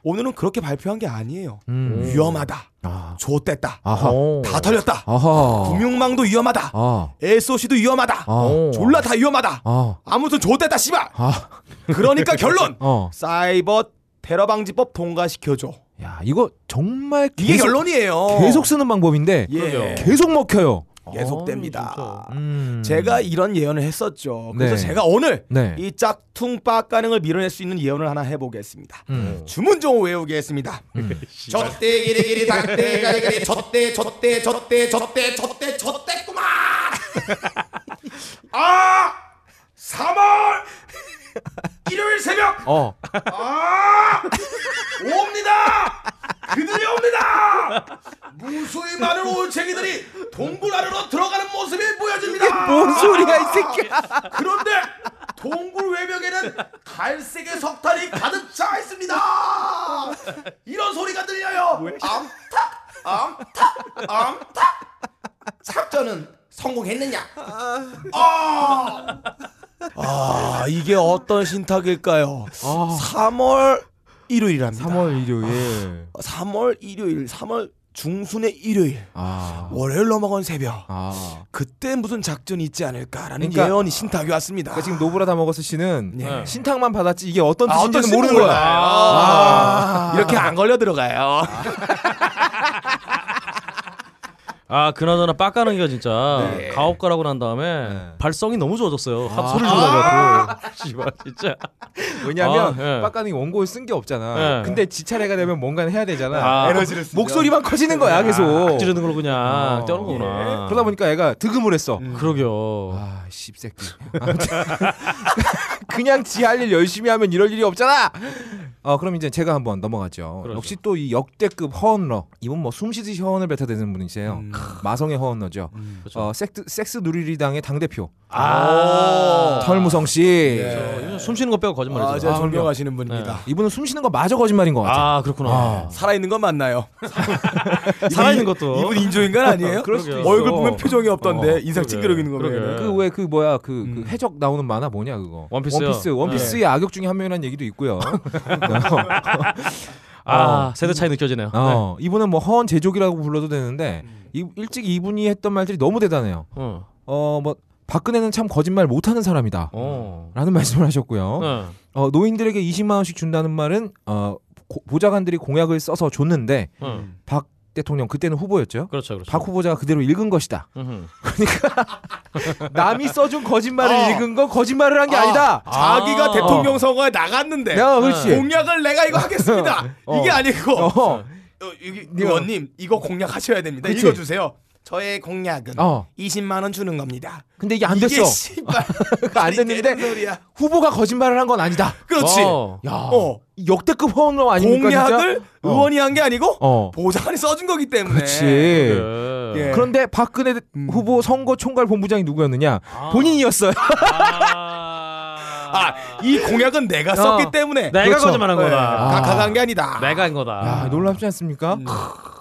Speaker 3: 오늘은 그렇게 발표한 게 아니에요
Speaker 1: 음.
Speaker 3: 위험하다
Speaker 1: 아.
Speaker 3: 좋댔다
Speaker 1: 아하. 어.
Speaker 2: 오.
Speaker 3: 다 털렸다
Speaker 1: 아하.
Speaker 3: 금융망도 위험하다
Speaker 1: 아.
Speaker 3: SOC도 위험하다 어.
Speaker 1: 아.
Speaker 2: 오.
Speaker 3: 졸라 다 위험하다
Speaker 1: 아.
Speaker 3: 아무튼 좋댔다 씨발
Speaker 1: 아. *laughs*
Speaker 3: 그러니까 결론
Speaker 1: 어.
Speaker 3: 사이버 테러 방지법 통과시켜줘.
Speaker 1: 야 이거 정말
Speaker 8: 이게
Speaker 1: 계속,
Speaker 8: 결론이에요.
Speaker 1: 계속 쓰는 방법인데
Speaker 8: 예.
Speaker 1: 계속 먹혀요.
Speaker 8: 계속됩니다.
Speaker 1: 음.
Speaker 8: 제가 이런 예언을 했었죠. 그래서
Speaker 1: 네.
Speaker 8: 제가 오늘
Speaker 1: 네.
Speaker 8: 이 짝퉁 빡가능을 밀어낼 수 있는 예언을 하나 해보겠습니다.
Speaker 3: 네.
Speaker 1: 음.
Speaker 8: 주문 좀 외우겠습니다.
Speaker 3: 음.
Speaker 8: *laughs* 저때 기리기리 닭대 가리가리 저때 저때 저때 저때 저때 저때구만.
Speaker 3: *laughs* 아 3월 일요일 새벽
Speaker 1: 어.
Speaker 3: 아 옵니다. 그들이 옵니다. 무수히 많은 올챙이들이 동굴 안으로 들어가는 모습이 보여집니다.
Speaker 1: 뭔 소리야, 이 새끼야.
Speaker 3: 그런데 동굴 외벽에는 갈색의 석탄이 가득 차 있습니다. 이런 소리가 들려요.
Speaker 8: 암탉 암탉 암탉. 작전은 성공했느냐? 아, 이게 어떤 신탁일까요? 3월 일요일이랍니다.
Speaker 1: 3월 아, 일요일.
Speaker 8: 3월 일요일, 3월 중순의 일요일,
Speaker 1: 아.
Speaker 8: 월요일 넘어간 새벽.
Speaker 1: 아.
Speaker 8: 그때 무슨 작전이 있지 않을까라는
Speaker 1: 그러니까-
Speaker 8: 예언이 신탁이 왔습니다.
Speaker 1: 그러니까 지금 노브라 다 먹었어 씨는
Speaker 8: 네.
Speaker 1: 신탁만 받았지 이게 어떤
Speaker 8: 아, 어떤
Speaker 1: 뜻인지는 모르는 거야.
Speaker 8: 아, 이렇게 안 걸려 들어가요.
Speaker 2: *laughs* 아 그나저나 빡가는 게 진짜 가업가라고 난 다음에
Speaker 1: 네.
Speaker 2: 발성이 너무 좋아졌어요. 합 소리를 들어가고 *laughs* 씨발 진짜.
Speaker 1: 왜냐하면
Speaker 2: 아, 예.
Speaker 1: 빡가는 원고를 쓴 게 없잖아.
Speaker 2: 예.
Speaker 1: 근데 지 차례가 되면 뭔가는 해야 되잖아.
Speaker 2: 아,
Speaker 3: 에너지를 쓰죠.
Speaker 1: 목소리만 커지는 거야 계속.
Speaker 2: 찌르는 걸 그냥
Speaker 1: 어.
Speaker 2: 떼어놓은 거구나.
Speaker 1: 그러다 보니까 애가 득음을 했어.
Speaker 2: 그러게요.
Speaker 1: 아 씹새끼. 아무튼 그냥 지 할 일 열심히 하면 이럴 일이 없잖아. 어 그럼 이제 제가 한번 넘어가죠.
Speaker 2: 그러죠.
Speaker 1: 역시 또 이 역대급 허언러 이분 뭐 숨쉬듯이 허언을 뱉어대는 분이세요. 마성의 허언러죠.
Speaker 2: 음. 그렇죠.
Speaker 1: 어 섹스, 섹스 누리리당의 당 대표
Speaker 2: 아. 네.
Speaker 1: 털무성 씨. 예.
Speaker 2: 저 요즘 숨 쉬는 거 빼고 거짓말이죠.
Speaker 8: 아, 제가 존경하시는 분입니다.
Speaker 1: 이분은 숨 쉬는 거 마저 거짓말인 것 같아.
Speaker 2: 아 그렇구나.
Speaker 1: 아.
Speaker 8: 살아있는 건 맞나요?
Speaker 2: 살아있는 것도.
Speaker 8: 이분 인조인간 아니에요?
Speaker 1: 그럴 수도 있어.
Speaker 8: 얼굴 보면 표정이 없던데 인상
Speaker 2: 그러게.
Speaker 8: 찡그러기는 거
Speaker 2: 그러게.
Speaker 8: 보면.
Speaker 1: 그 왜 그 뭐야 그,
Speaker 8: 음.
Speaker 1: 그 해적 나오는 만화 뭐냐 그거
Speaker 2: 원피스요? 네.
Speaker 1: 원피스 원피스의 악역 중에 한 명이라는 얘기도
Speaker 2: *laughs*
Speaker 1: 있고요.
Speaker 2: 아, 세대 차이 느껴지네요.
Speaker 1: 어, 이분은 뭐 허언 제조기라고 불러도 되는데 이, 일찍 이분이 했던 말들이 너무 대단해요.
Speaker 2: 네. 어.
Speaker 1: 어 뭐 박근혜는 참 거짓말 못하는 사람이다.
Speaker 2: 어.
Speaker 1: 라는 *laughs* 말씀을 하셨고요.
Speaker 2: 네.
Speaker 1: 어, 노인들에게 20만 원씩 준다는 말은 어, 고- 보좌관들이 공약을 써서 줬는데
Speaker 2: 어.
Speaker 1: 박 대통령 그때는 후보였죠.
Speaker 2: 그렇죠, 그렇죠.
Speaker 1: 박 후보자가 그대로 읽은 것이다.
Speaker 2: 음흠.
Speaker 1: 남이 써준 거짓말을
Speaker 3: 아.
Speaker 1: 읽은 거 거짓말을 한 게
Speaker 3: 아.
Speaker 1: 아니다.
Speaker 3: 자기가
Speaker 2: 아.
Speaker 3: 대통령 선거에 나갔는데
Speaker 1: 내가 그렇지.
Speaker 3: 네. 공약을 내가 이거 하겠습니다.
Speaker 1: 어.
Speaker 3: 이게 아니고 어.
Speaker 1: 어.
Speaker 3: 여기 의원님 이거 공약하셔야 됩니다.
Speaker 1: 그치.
Speaker 3: 읽어주세요.
Speaker 8: 저의 공약은
Speaker 1: 어.
Speaker 8: 20만 원 주는 겁니다.
Speaker 1: 근데 이게 안 됐어.
Speaker 8: 이게 씨발
Speaker 1: 그거 안
Speaker 8: 말이 되는
Speaker 1: 됐는데
Speaker 8: 소리야.
Speaker 1: 후보가 거짓말을 한 건 아니다.
Speaker 3: 그렇지.
Speaker 2: 어.
Speaker 1: 야,
Speaker 3: 어.
Speaker 1: 역대급 허언로 아닙니까
Speaker 8: 공약을
Speaker 1: 진짜? 어.
Speaker 8: 의원이 한 게 아니고
Speaker 1: 어.
Speaker 3: 네,
Speaker 8: 보좌관이 써준 거기 때문에.
Speaker 1: 그렇지.
Speaker 2: 그래.
Speaker 8: 예.
Speaker 1: 그런데 박근혜 후보 선거 총괄 본부장이 누구였느냐? 본인이었어요.
Speaker 2: 아.
Speaker 8: 이 공약은 내가 썼기
Speaker 1: 어.
Speaker 8: 때문에 네.
Speaker 2: 내가
Speaker 1: 그렇죠.
Speaker 2: 거짓말한 거다.
Speaker 8: 각하가 한 게 아니다.
Speaker 2: 내가 한 거다.
Speaker 1: 야, 놀랍지 않습니까?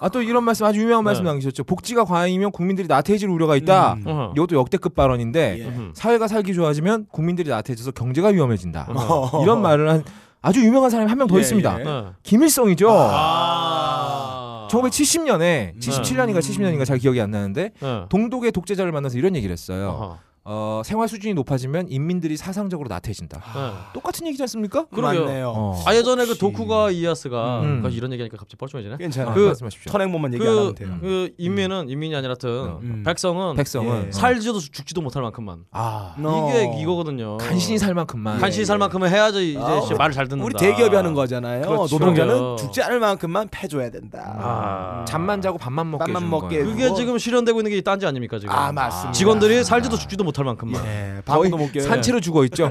Speaker 1: 아 또 이런 말씀 아주 유명한 말씀
Speaker 2: 네.
Speaker 1: 남기셨죠. 복지가 과잉이면 국민들이 나태해질 우려가 있다.
Speaker 8: 음.
Speaker 2: 어허.
Speaker 1: 이것도 역대급 발언인데
Speaker 2: 음흠.
Speaker 1: 사회가 살기 좋아지면 국민들이 나태해져서 경제가 위험해진다.
Speaker 8: 어허.
Speaker 1: 이런 말을 한 아주 유명한 사람이 한 명 더
Speaker 8: 예,
Speaker 1: 있습니다.
Speaker 8: 예.
Speaker 2: 네.
Speaker 1: 김일성이죠.
Speaker 3: 아.
Speaker 2: 아.
Speaker 1: 1970년에 77년인가 70년인가 잘 기억이 안 나는데
Speaker 2: 네.
Speaker 1: 동독의 독재자를 만나서 이런 얘기를 했어요.
Speaker 2: 어허.
Speaker 1: 어, 생활 수준이 높아지면 인민들이 사상적으로 나태해진다.
Speaker 2: 네.
Speaker 1: 똑같은 얘기지 않습니까?
Speaker 2: 그러게요.
Speaker 8: 맞네요.
Speaker 1: 어.
Speaker 2: 아 예전에 그 도쿠가 이아스가
Speaker 1: 음.
Speaker 2: 다시 이런 얘기하니까 갑자기 뻘쭘해지네.
Speaker 8: 괜찮아.
Speaker 1: 그
Speaker 8: 그
Speaker 1: 말씀하십시오.
Speaker 8: 천행모만 얘기 안
Speaker 2: 그,
Speaker 8: 하면 돼요.
Speaker 2: 그 인민은 인민이 아니라 튼
Speaker 1: 음.
Speaker 2: 백성은
Speaker 1: 백성은
Speaker 8: 예.
Speaker 2: 살지도 죽지도 못할 만큼만
Speaker 1: 아
Speaker 8: 어.
Speaker 2: 이게 이거거든요. 아,
Speaker 1: 간신히 살 만큼만
Speaker 2: 간신히 살 만큼은 해야지 이제
Speaker 8: 아,
Speaker 2: 씨 말을 잘 듣는다.
Speaker 8: 우리 대기업이 하는 거잖아요.
Speaker 2: 그렇죠.
Speaker 8: 노동자는 죽지 않을 만큼만 패줘야 된다.
Speaker 2: 아.
Speaker 1: 잠만 자고 밥만 먹게
Speaker 8: 밥만
Speaker 1: 해주는
Speaker 8: 먹게
Speaker 1: 거야.
Speaker 8: 해주고.
Speaker 2: 그게 지금 실현되고 있는 게 이 딴지 아닙니까 지금?
Speaker 8: 뭐? 아, 맞습니다. 아,
Speaker 2: 직원들이 살지도 죽지도 못할 만큼만.
Speaker 8: 예,
Speaker 1: 거의
Speaker 8: 밥도 못 깨요.
Speaker 1: 산채로 죽어 있죠. *laughs*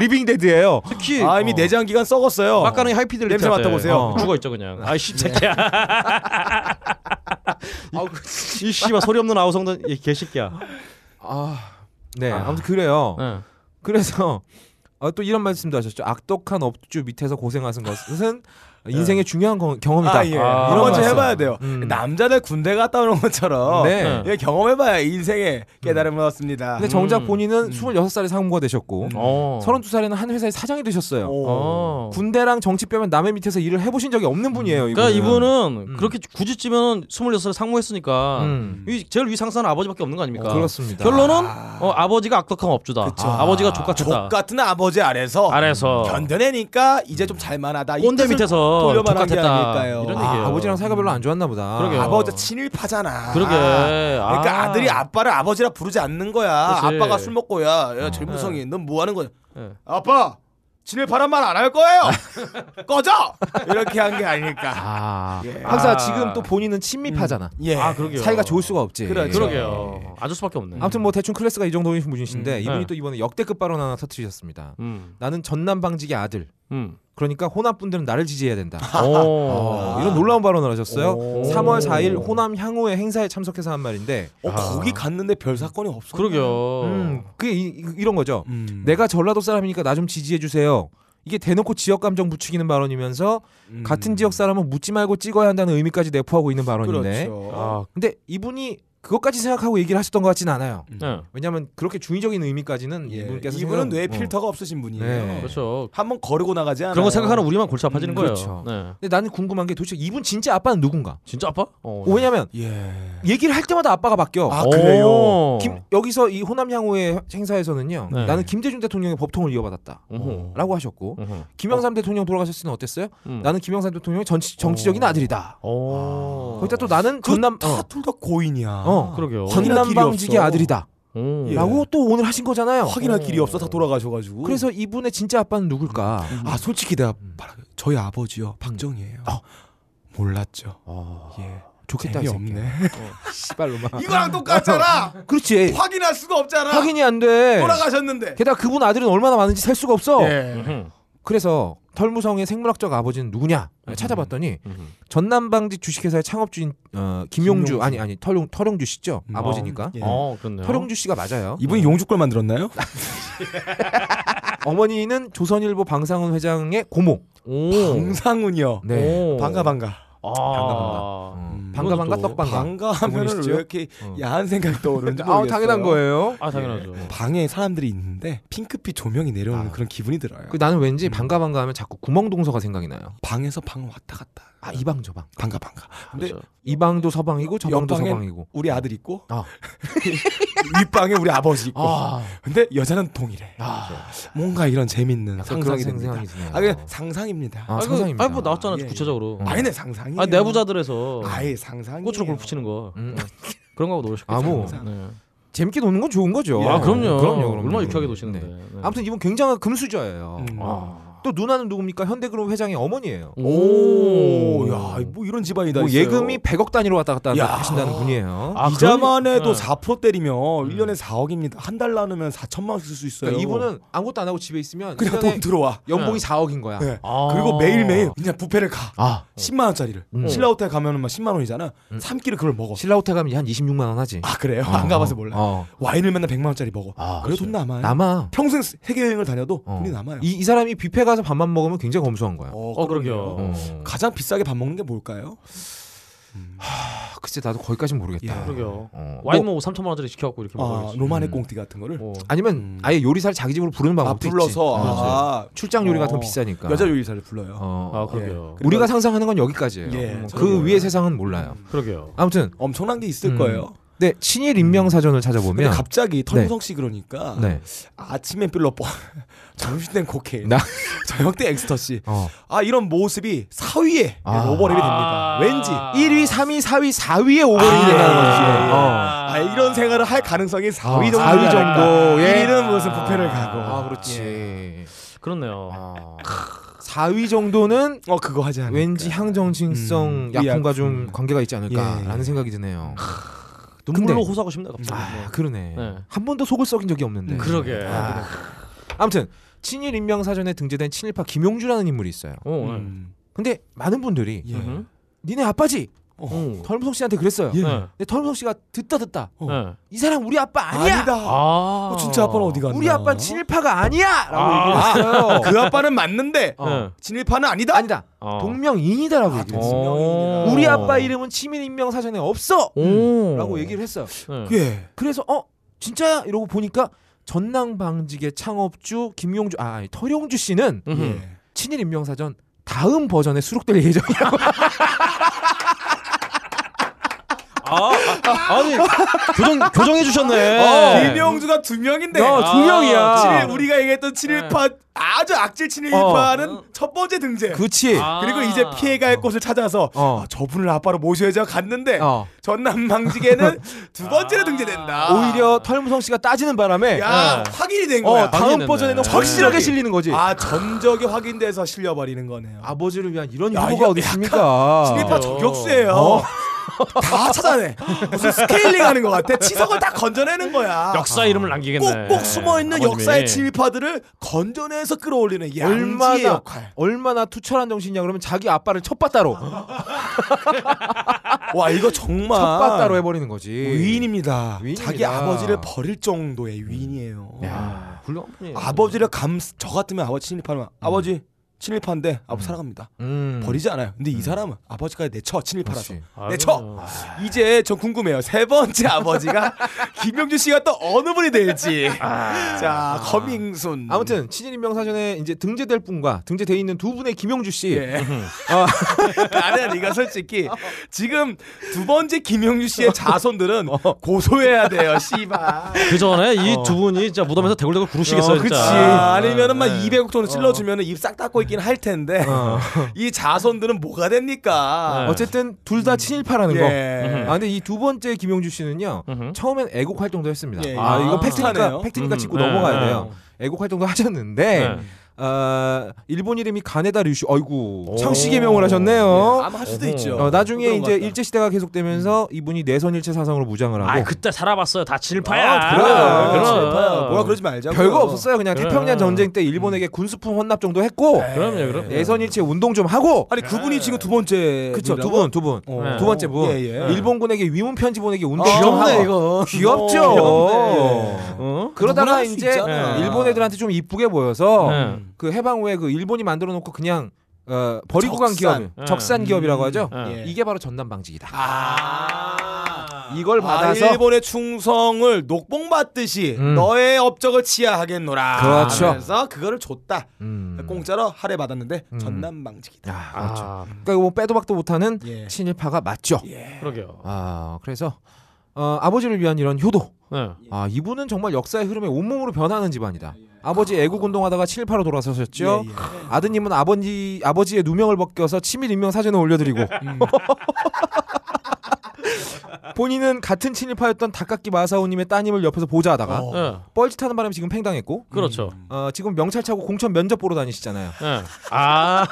Speaker 1: 리빙 데드예요.
Speaker 2: 음. 특히 어.
Speaker 8: 아 이미 내장 기간 썩었어요.
Speaker 2: 막가는 하이피들
Speaker 8: 냄새 맡아보세요.
Speaker 2: 죽어 있죠 그냥.
Speaker 8: *laughs*
Speaker 2: 아이씨 새끼야. 이 씨발 소리 없는 아우성도 이 개새끼야.
Speaker 1: 아, 네.
Speaker 2: 아.
Speaker 1: 아무튼 그래요.
Speaker 2: 네.
Speaker 1: 그래서 어, 또 이런 말씀도 하셨죠. 악독한 업주 밑에서 고생하신 것은 인생의 중요한 거- 경험이다.
Speaker 8: 아, 예.
Speaker 2: 네. 아,
Speaker 8: 이런 건
Speaker 2: 맞아요.
Speaker 8: 좀 해봐야 돼요.
Speaker 1: 음.
Speaker 8: 남자들 군대 갔다 오는
Speaker 2: 어.
Speaker 8: 것처럼
Speaker 1: 네.
Speaker 8: 예, 경험해봐야 인생에 깨달음을 얻습니다.
Speaker 1: 근데 정작
Speaker 2: 음.
Speaker 1: 본인은 26살에 상무가 되셨고
Speaker 2: 어.
Speaker 1: 32살에는 한 회사의 사장이 되셨어요.
Speaker 2: 어.
Speaker 1: 군대랑 정치 빼면 남의 밑에서 일을 해보신 적이 없는 분이에요. 이분은.
Speaker 2: 그러니까 이분은
Speaker 1: 음.
Speaker 2: 그렇게 굳이 찌면 26살에 상무했으니까
Speaker 1: 음.
Speaker 2: 이 제일 위상사는 아버지밖에 없는 거 아닙니까?
Speaker 1: 어, 그렇습니다.
Speaker 2: 결론은 어, 아버지가 악덕한 업주다. 아, 버지가 족같다.
Speaker 8: 족 같은 아버지 아래서
Speaker 2: 아래서
Speaker 1: 음.
Speaker 8: 견뎌내니까 이제 좀 잘만하다. 이
Speaker 2: 꼰대
Speaker 8: 뜻을-
Speaker 2: 밑에서 건
Speaker 3: 돌려말한 게
Speaker 2: 똑같았다.
Speaker 3: 아닐까요?
Speaker 2: 이런
Speaker 1: 아,
Speaker 2: 얘기예요.
Speaker 1: 아버지랑 사이가 별로 안 좋았나 보다.
Speaker 2: 그러게요.
Speaker 3: 아버지 친일파잖아.
Speaker 2: 그러게.
Speaker 3: 그러니까
Speaker 2: 아.
Speaker 3: 아. 들이 아빠를 아버지라 부르지 않는 거야.
Speaker 2: 그치.
Speaker 3: 아빠가 술 먹고 야, 야 젊은성이 넌 뭐 하는 거야?
Speaker 2: 어. 예.
Speaker 3: 아빠 친일파란 말 안 할 거예요. *laughs* 꺼져. 이렇게 한 게 아닐까.
Speaker 1: 아,
Speaker 3: 예.
Speaker 1: 항상
Speaker 2: 아.
Speaker 1: 지금 또 본인은 친밀파잖아.
Speaker 3: 예.
Speaker 2: 아, 그러게요.
Speaker 1: 사이가 좋을 수가 없지.
Speaker 3: 그렇죠.
Speaker 2: 그러게요. 아줄 수밖에 없네.
Speaker 1: 아무튼 뭐 대충 클래스가 이 정도인 분이신데
Speaker 2: 음.
Speaker 1: 이분이
Speaker 2: 네.
Speaker 1: 또 이번에 역대급 발언 하나 터뜨리셨습니다.
Speaker 2: 음.
Speaker 1: 나는 전남 방직의 아들.
Speaker 2: 음.
Speaker 1: 그러니까 호남분들은 나를 지지해야 된다. *laughs*
Speaker 2: 오.
Speaker 1: 어, 이런 놀라운 발언을 하셨어요.
Speaker 2: 아. 오.
Speaker 1: 3월 4일 호남 향후의 행사에 참석해서 한 말인데,
Speaker 3: 어, 거기 갔는데 별 사건이 없어.
Speaker 2: 아. 그러게요.
Speaker 1: 음, 그게 이, 런 거죠.
Speaker 3: 음.
Speaker 1: 내가 전라도 사람이니까 나 좀 지지해 주세요. 이게 대놓고 지역 감정 부추기는 발언이면서
Speaker 3: 음.
Speaker 1: 같은 지역 사람은 묻지 말고 찍어야 한다는 의미까지 내포하고 있는 발언인데,
Speaker 3: 그렇죠.
Speaker 2: 아,
Speaker 1: 근데 이분이 그것까지 생각하고 얘기를 하셨던 것 같진 않아요.
Speaker 2: 네.
Speaker 1: 왜냐하면 그렇게 중의적인 의미까지는
Speaker 3: 예.
Speaker 1: 이분께서
Speaker 3: 이분은
Speaker 1: 생각-
Speaker 3: 뇌
Speaker 1: 어.
Speaker 3: 필터가 없으신 분이에요.
Speaker 1: 네.
Speaker 2: 그렇죠.
Speaker 3: 한번 거르고 나가지 않아.
Speaker 2: 그런 거 생각하는 우리만 골치 아파지는
Speaker 1: 음,
Speaker 2: 거예요.
Speaker 1: 그렇죠.
Speaker 2: 네.
Speaker 1: 근데 나는 궁금한 게 도대체 이분 진짜 아빠는 누군가?
Speaker 2: 진짜 아빠? 어, 네.
Speaker 1: 왜냐면
Speaker 3: 예.
Speaker 1: 얘기를 할 때마다 아빠가 바뀌어.
Speaker 3: 아, 그래요?
Speaker 2: 오.
Speaker 1: 김- 여기서 이 호남 향후의 행사에서는요.
Speaker 2: 네.
Speaker 1: 나는 김대중 대통령의 법통을 이어받았다.
Speaker 2: 어허.
Speaker 1: 라고 하셨고
Speaker 2: 어허.
Speaker 1: 김영삼 대통령 돌아가셨을 때는 어땠어요?
Speaker 2: 음.
Speaker 1: 나는 김영삼 대통령의 정치, 정치적인
Speaker 2: 어.
Speaker 1: 아들이다.
Speaker 2: 오.
Speaker 1: 거기다 또 나는 전남 어,
Speaker 3: 다둘 다 고인이야.
Speaker 1: 어,
Speaker 2: 어. 그러게요.
Speaker 3: 확인할
Speaker 1: 전남
Speaker 3: 그 길이
Speaker 1: 방직의
Speaker 3: 없어.
Speaker 1: 아들이다.
Speaker 2: 오.
Speaker 3: 예.
Speaker 1: 라고 또 오늘 하신 거잖아요.
Speaker 3: 확인할
Speaker 2: 어.
Speaker 3: 길이 없어 다 돌아가셔가지고.
Speaker 1: 그래서 음. 이분의 진짜 아빠는 누굴까?
Speaker 3: 아 솔직히 내가 말하게 저희
Speaker 1: 음.
Speaker 3: 아버지요 박정희예요. 몰랐죠. 예.
Speaker 1: 좋겠다. 이 새끼.
Speaker 3: 재미없네. 예.
Speaker 1: 씨발로만.
Speaker 3: 이거랑 똑같잖아.
Speaker 1: 그렇지.
Speaker 3: 확인할 수가 없잖아.
Speaker 1: 확인이 예. 안 돼.
Speaker 3: 돌아가셨는데.
Speaker 1: 게다가 그분 아들은 얼마나 많은지 셀 수가 없어.
Speaker 3: 예.
Speaker 2: 음흠.
Speaker 1: 그래서 털무성의 생물학적 아버지는 누구냐
Speaker 3: 음.
Speaker 1: 찾아봤더니
Speaker 2: 음흠.
Speaker 1: 전남방지 주식회사의 창업주인 어, 김용주,
Speaker 3: 김용주.
Speaker 1: 아니 아니 털용 털용주 씨죠
Speaker 3: 음.
Speaker 1: 아버지니까
Speaker 3: 예.
Speaker 2: 어, 그렇네요.
Speaker 1: 털용주 씨가 맞아요. 음.
Speaker 3: 이분이 용주골 만들었나요?
Speaker 1: 어머니는 조선일보 방상훈 회장의 고모.
Speaker 2: 오.
Speaker 3: 방상훈이요.
Speaker 1: 네.
Speaker 2: 오.
Speaker 3: 반가 반가.
Speaker 2: 아.
Speaker 1: 반가,
Speaker 3: 음.
Speaker 1: 방가 방가
Speaker 2: 이것도
Speaker 1: 떡 방가.
Speaker 3: 반가하면은
Speaker 1: 그분이시죠?
Speaker 3: 왜 이렇게
Speaker 1: 어.
Speaker 3: 야한 생각이 떠오르는지
Speaker 1: 아
Speaker 3: 모르겠어요.
Speaker 1: 당연한 거예요.
Speaker 2: 아, 당연하죠.
Speaker 3: 방에 사람들이 있는데 핑크빛 조명이 내려오는
Speaker 1: 아.
Speaker 3: 그런 기분이 들어요.
Speaker 1: 그 나는 왠지
Speaker 3: 음.
Speaker 1: 방가 방가 하면 자꾸 구멍 동서가 생각이 나요.
Speaker 3: 방에서 방 왔다 갔다.
Speaker 1: 아 이방 저방.
Speaker 3: 반가 반가. 근데
Speaker 2: 그렇죠.
Speaker 1: 이 방도 서방이고 저 방도
Speaker 3: 옆방엔-
Speaker 1: 서방이고.
Speaker 3: 우리 아들 있고
Speaker 1: 아.
Speaker 3: *laughs* 윗방에 우리 아버지 있고
Speaker 1: 아.
Speaker 3: 근데 여자는 동일해
Speaker 1: 아,
Speaker 3: 뭔가 이런 재밌는
Speaker 1: 약간 그런
Speaker 3: 상상이 됩니다
Speaker 1: 생각이 드네요.
Speaker 3: 아 그냥 상상입니다
Speaker 1: 아,
Speaker 2: 아, 그,
Speaker 1: 상상입니다.
Speaker 2: 아니, 뭐 나왔잖아,
Speaker 3: 예, 예.
Speaker 2: 구체적으로.
Speaker 1: 음.
Speaker 3: 아니 내 상상이
Speaker 2: 아, 내부자들에서
Speaker 3: 아예 상상이
Speaker 2: 꽃으로 골 붙이는 거.
Speaker 1: 음.
Speaker 2: 그런 거하고 노셨겠죠.
Speaker 1: 아, 뭐.
Speaker 2: 네.
Speaker 1: 재밌게 노는 건 좋은 거죠.
Speaker 2: 아, 그럼요.
Speaker 1: 예. 그럼요. 그럼요.
Speaker 2: 얼마나 유쾌하게
Speaker 1: 네.
Speaker 2: 노시는데. 네.
Speaker 1: 아무튼 이분 굉장한 금수저예요.
Speaker 3: 음.
Speaker 2: 아.
Speaker 1: 또 누나는 누굽니까? 현대그룹 회장의 어머니의
Speaker 2: 오.
Speaker 3: 오야뭐 이런 집안이다
Speaker 1: 뭐
Speaker 3: 있어요.
Speaker 1: 예금이 100억 단위로 왔다 갔다
Speaker 3: 야.
Speaker 1: 하신다는 분이에요.
Speaker 2: 아,
Speaker 3: 이자만
Speaker 2: 그런-
Speaker 3: 해도
Speaker 2: 네.
Speaker 3: 4% 때리면 1년에 4억입니다 한 달 나누면 4천만 원쓸 수 있어요
Speaker 1: 그러니까 이분은 아무것도 안 하고 집에 있으면
Speaker 3: 그냥
Speaker 1: 일년에
Speaker 3: 돈 들어와
Speaker 1: 연봉이 4억인 거야.
Speaker 3: 네.
Speaker 2: 아.
Speaker 3: 그리고 매일매일 그냥 뷔페를 가
Speaker 1: 아
Speaker 3: 10만 원짜리를
Speaker 1: 음.
Speaker 3: 신라호텔 가면은 막 10만 원이잖아 삼끼를 그걸 먹어
Speaker 1: 신라호텔 가면 이제 한 26만 원 하지.
Speaker 3: 아 그래요? 안 가봐서 몰라
Speaker 1: 어.
Speaker 3: 와인을 맨날 100만 원짜리 먹어.
Speaker 1: 아,
Speaker 3: 그래 돈 남아요.
Speaker 1: 남아.
Speaker 3: 평생 세계 여행을 다녀도
Speaker 1: 어.
Speaker 3: 돈이 남아요.
Speaker 1: 이, 이 사람이 뷔페 가서 밥만 먹으면 굉장히 검소한 거야.
Speaker 2: 어, 그러게요.
Speaker 1: 어.
Speaker 3: 가장 비싸게 밥 먹는 게 뭘까요?
Speaker 1: 아, 글쎄 나도 거기까지는 모르겠다.
Speaker 3: 예.
Speaker 2: 그러게요.
Speaker 1: 어.
Speaker 2: 와인
Speaker 1: 뭐,
Speaker 2: 먹고 3천만 원짜리 시켜갖고 이렇게
Speaker 3: 아,
Speaker 2: 먹어야지.
Speaker 3: 로마네
Speaker 1: 음.
Speaker 3: 꽁띠 같은 거를
Speaker 2: 어.
Speaker 1: 아니면
Speaker 3: 음.
Speaker 1: 아예 요리사를 자기 집으로 부르는
Speaker 3: 아,
Speaker 1: 방법도 있지.
Speaker 3: 불러서
Speaker 1: 어.
Speaker 3: 아,
Speaker 1: 출장 요리 같은
Speaker 3: 어.
Speaker 1: 거 비싸니까.
Speaker 3: 여자 요리사를 불러요.
Speaker 1: 어.
Speaker 2: 아, 그러게요.
Speaker 3: 예.
Speaker 1: 우리가 상상하는 건 여기까지예요.
Speaker 3: 예, 음.
Speaker 1: 음, 그
Speaker 3: 저는 몰라요.
Speaker 1: 위의 세상은 몰라요.
Speaker 2: 그러게요.
Speaker 1: 아무튼
Speaker 3: 엄청난 게 있을
Speaker 1: 음.
Speaker 3: 거예요.
Speaker 1: 네 친일
Speaker 3: 음.
Speaker 1: 인명 사전을
Speaker 3: 근데
Speaker 1: 찾아보면
Speaker 3: 갑자기 털무성 씨 그러니까
Speaker 1: 네.
Speaker 3: 아침엔 *laughs* 필러뽀, 점심땐 코케인,
Speaker 1: 나-
Speaker 3: *laughs* 저녁 때 엑스터시.
Speaker 1: 어.
Speaker 3: 아 이런 모습이 4위에
Speaker 1: 아.
Speaker 3: 오버랩이 됩니다.
Speaker 2: 아.
Speaker 3: 왠지
Speaker 1: 1위, 3위, 4위, 4위에 오버이
Speaker 3: 아,
Speaker 1: 된다는 그 거지.
Speaker 3: 예, 예.
Speaker 1: 어.
Speaker 3: 아, 이런 생활을 할 가능성이 4위
Speaker 1: 어,
Speaker 3: 정도.
Speaker 1: 4위 정도의 예.
Speaker 3: 1위는 무슨 부패를 가고. 예.
Speaker 1: 아, 그렇지.
Speaker 2: 그렇네요.
Speaker 1: 아. 4위 정도는
Speaker 3: 어 그거 하지 않을까.
Speaker 1: 왠지 향정신성
Speaker 3: 음,
Speaker 1: 약품과
Speaker 3: 의약품.
Speaker 1: 좀 관계가 있지 않을까라는
Speaker 3: 예.
Speaker 1: 생각이 드네요.
Speaker 2: 눈물로
Speaker 1: 근데-
Speaker 2: 호소하고 싶네 갑자기.
Speaker 1: 아,
Speaker 2: 네.
Speaker 1: 그러네.
Speaker 2: 네.
Speaker 1: 한 번도 속을 썩인 적이 없는데.
Speaker 2: 음, 그러게.
Speaker 1: 아. 아무튼 친일 인명 사전에 등재된 친일파 김용주라는 인물이 있어요.
Speaker 2: 어, 네.
Speaker 3: 음.
Speaker 1: 근데 많은 분들이
Speaker 3: 예.
Speaker 2: 음.
Speaker 1: 니네 아빠지
Speaker 3: 어.
Speaker 2: 어.
Speaker 1: 털무성 씨한테 그랬어요.
Speaker 3: 예.
Speaker 2: 네.
Speaker 1: 근데 털무성 씨가 듣다 듣다
Speaker 3: 어.
Speaker 2: 네.
Speaker 1: 이 사람 우리 아빠 아니야.
Speaker 3: 니다
Speaker 2: 아.
Speaker 3: 어, 진짜 아빠는 어디 갔나?
Speaker 1: 우리 아빠 친일파가 아니야라고
Speaker 2: 아.
Speaker 1: 얘기했어요.
Speaker 3: *laughs* 그 아빠는 맞는데
Speaker 1: 어.
Speaker 2: 네.
Speaker 3: 진일파는 아니다.
Speaker 1: 아니다.
Speaker 2: 어.
Speaker 1: 동명이인이다라고
Speaker 3: 아,
Speaker 1: 얘기했어요.
Speaker 3: 동명이인이다.
Speaker 1: 우리 아빠 이름은 치민 인명 사전에 없어라고
Speaker 2: 오.
Speaker 1: 얘기를 했어요.
Speaker 2: 네.
Speaker 3: 예.
Speaker 1: 그래서 어 진짜야 이러고 보니까 전남 방직의 창업주 김용주 아 아니, 터룡주 씨는
Speaker 2: 음흠.
Speaker 3: 예.
Speaker 1: 친일 인명 사전 다음 *laughs* 버전에 수록될 예정이라고.
Speaker 2: 아, 아, 아니 교정 교정해
Speaker 3: 아,
Speaker 1: 어.
Speaker 2: 주셨네.
Speaker 3: 김영주가 두 명인데. 아.
Speaker 1: 어,
Speaker 2: 아,
Speaker 1: 두 명이야. 예.
Speaker 3: 칠일- 우리가 얘기했던 친일파 아주 악질 친일파는 첫 번째 등재.
Speaker 1: 어. 그치.
Speaker 2: 아.
Speaker 3: 그리고 이제 피해갈 곳을 찾아서
Speaker 1: 어.
Speaker 3: 아, 저분을 아빠로 모셔야죠 갔는데
Speaker 1: 어.
Speaker 3: 전남
Speaker 1: *laughs*
Speaker 3: 망지계는 두 번째로
Speaker 1: 아.
Speaker 3: 등재된다.
Speaker 1: 오히려 털무성 씨가 따지는 바람에
Speaker 3: 야 확인이 된 거야.
Speaker 1: 어, 다음
Speaker 2: 확인했네.
Speaker 1: 버전에는 확실하게 실리는 거지.
Speaker 3: 아 전적이 확인돼서 실려버리는 거네요.
Speaker 1: 아, 버지를 위한 이런
Speaker 3: 야,
Speaker 1: 유보가
Speaker 3: 이거
Speaker 1: 어디 있습니까?
Speaker 3: 진입파 저격수예요.
Speaker 1: 어?
Speaker 3: *laughs* 다 찾아내. 무슨 스케일링하는 것 같아. 치석을 다 건져내는 거야.
Speaker 2: 역사 이름을 남기겠네.
Speaker 3: 아. 꼭꼭 숨어 있는
Speaker 2: 아버님이.
Speaker 3: 역사의 진입파들을 건져내서 끌어올리는 양지의
Speaker 1: 얼마나
Speaker 3: 역할.
Speaker 1: 얼마나 투철한 정신이냐 그러면 자기 아빠를 첫바따로
Speaker 3: 와 이거 정말
Speaker 1: 첫바따로 해버리는 거지.
Speaker 3: 위인입니다.
Speaker 1: 예. 위인입니다. 음.
Speaker 3: 자기 아버지를 버릴 정도의 위인이에요.
Speaker 1: 야, 훌륭.
Speaker 3: 아버지를 감 저 같으면 아버지 친일파면 아버지 친일파인데 아버 사랑합니다.
Speaker 1: 음.
Speaker 3: 버리지 않아요. 근데 이 사람은 아버지까지 내쳐 친일파라서
Speaker 1: 그렇지.
Speaker 2: 아유.
Speaker 3: 내쳐 이제 전 궁금해요. 세 번째
Speaker 1: *laughs*
Speaker 3: 아버지가 김영주 씨가 또 어느 분이 될지. 자 거밍순.
Speaker 1: 아. 아무튼 친일인 명사전에 이제 등재될 분과 등재돼 있는 두 분의 김용주 씨.
Speaker 3: 예. 나는 이거 솔직히 *laughs* 지금 두 번째 김영주 씨의 자손들은
Speaker 1: 어.
Speaker 3: 고소해야 돼요. 씨발.
Speaker 2: 그 전에 이 두 분이 진짜 무덤에서 대굴대굴 구르시겠어요,
Speaker 3: 그치.
Speaker 2: 진짜.
Speaker 3: 아니면은 막
Speaker 1: 네.
Speaker 3: 200억
Speaker 1: 어.
Speaker 3: 정도 찔러주면은 입 싹 닦고 있긴 할 텐데 *laughs* 이 자손들은 뭐가 됩니까?
Speaker 2: 네.
Speaker 1: 어쨌든 둘 다 친일파라는 거.
Speaker 3: 예.
Speaker 1: 아 근데 이 두 번째 김용주 씨는요
Speaker 2: 음흠.
Speaker 1: 처음엔 애국 활동도 했습니다.
Speaker 3: 예, 예.
Speaker 1: 아 이거
Speaker 3: 아,
Speaker 1: 팩트니까
Speaker 3: 착하네요.
Speaker 1: 팩트니까 짚고
Speaker 2: 음, 네,
Speaker 1: 넘어가야
Speaker 2: 네.
Speaker 1: 돼요. 애국 활동도 *laughs* 하셨는데 어, 일본 이름이 가네다 류슈. 아이고 창씨 개명을 하셨네요.
Speaker 3: 예. 아마 할 수도
Speaker 2: 예.
Speaker 3: 있죠.
Speaker 1: 어, 나중에
Speaker 3: 그런 것
Speaker 1: 이제
Speaker 3: 같다.
Speaker 1: 일제 시대가 계속되면서 이분이 내선일체 사상으로 무장을 하고
Speaker 2: 아 그때 살아봤어요. 다 진일파야.
Speaker 1: 아, 그럼.
Speaker 2: 그럼.
Speaker 3: 슬퍼요. 뭐라 그러지 말자.
Speaker 1: 별거 없었어요. 그냥
Speaker 2: 그래.
Speaker 1: 태평양 전쟁 때 일본에게
Speaker 2: 음.
Speaker 1: 군수품 헌납 정도 했고
Speaker 2: 네. 그럼요, 그럼.
Speaker 1: 내선일체 운동 좀 하고
Speaker 3: 네. 아니
Speaker 2: 네.
Speaker 3: 그분이 지금 두 번째.
Speaker 1: 그쵸
Speaker 3: 분이라고?
Speaker 1: 두분 두 분
Speaker 3: 어.
Speaker 1: 네. 두 번째 분
Speaker 3: 예,
Speaker 2: 네.
Speaker 3: 예.
Speaker 1: 일본군에게 위문 편지 보내기 운동
Speaker 3: 아,
Speaker 1: 좀
Speaker 3: 귀엽네,
Speaker 1: 하고
Speaker 3: 이거.
Speaker 1: 귀엽죠.
Speaker 3: 어,
Speaker 2: 어?
Speaker 3: 누구나
Speaker 1: 예. 그러다가
Speaker 3: 할수
Speaker 1: 이제
Speaker 3: 있잖아.
Speaker 1: 일본 애들한테 좀 이쁘게 보여서
Speaker 2: 네.
Speaker 1: 그 해방 후에 그 일본이 만들어 놓고 그냥 어, 버리고 간 기업,
Speaker 3: 적산.
Speaker 2: 네.
Speaker 1: 적산 기업이라고 하죠.
Speaker 2: 네.
Speaker 3: 예.
Speaker 1: 이게 바로 전남 방직이다.
Speaker 3: 아.
Speaker 1: 이걸 받아서
Speaker 3: 아, 일본의 충성을 녹봉 받듯이
Speaker 1: 음.
Speaker 3: 너의 업적을 치하하겠노라.
Speaker 1: 그렇죠.
Speaker 3: 그래서 그거를 줬다.
Speaker 1: 음.
Speaker 3: 공짜로 할애 받았는데
Speaker 1: 음.
Speaker 3: 전남 방직이다.
Speaker 1: 아, 그렇죠.
Speaker 2: 아,
Speaker 1: 그러니까 뭐 빼도 박도 못하는
Speaker 3: 예.
Speaker 1: 친일파가 맞죠.
Speaker 2: 그러게요.
Speaker 1: 아 그래서 어, 아버지를 위한 이런 효도.
Speaker 2: 네.
Speaker 3: 예.
Speaker 1: 아 이분은 정말 역사의 흐름에 온몸으로 변하는 집안이다. 아버지 애국 운동하다가 친일파로 돌아서셨죠.
Speaker 3: 예, 예.
Speaker 1: 아드님은 아버지 아버지의 누명을 벗겨서 친일 인명 사진을
Speaker 2: *laughs*
Speaker 1: 올려드리고
Speaker 2: 음.
Speaker 1: *laughs* 본인은 같은 친일파였던 닭깎기 마사오님의 따님을 옆에서 보좌하다가
Speaker 3: 어. 음.
Speaker 2: 네.
Speaker 1: 뻘짓하는 바람에 지금 팽당했고
Speaker 2: 그렇죠.
Speaker 1: 어, 지금 명찰 차고 공천 면접 보러 다니시잖아요.
Speaker 2: 네. 아,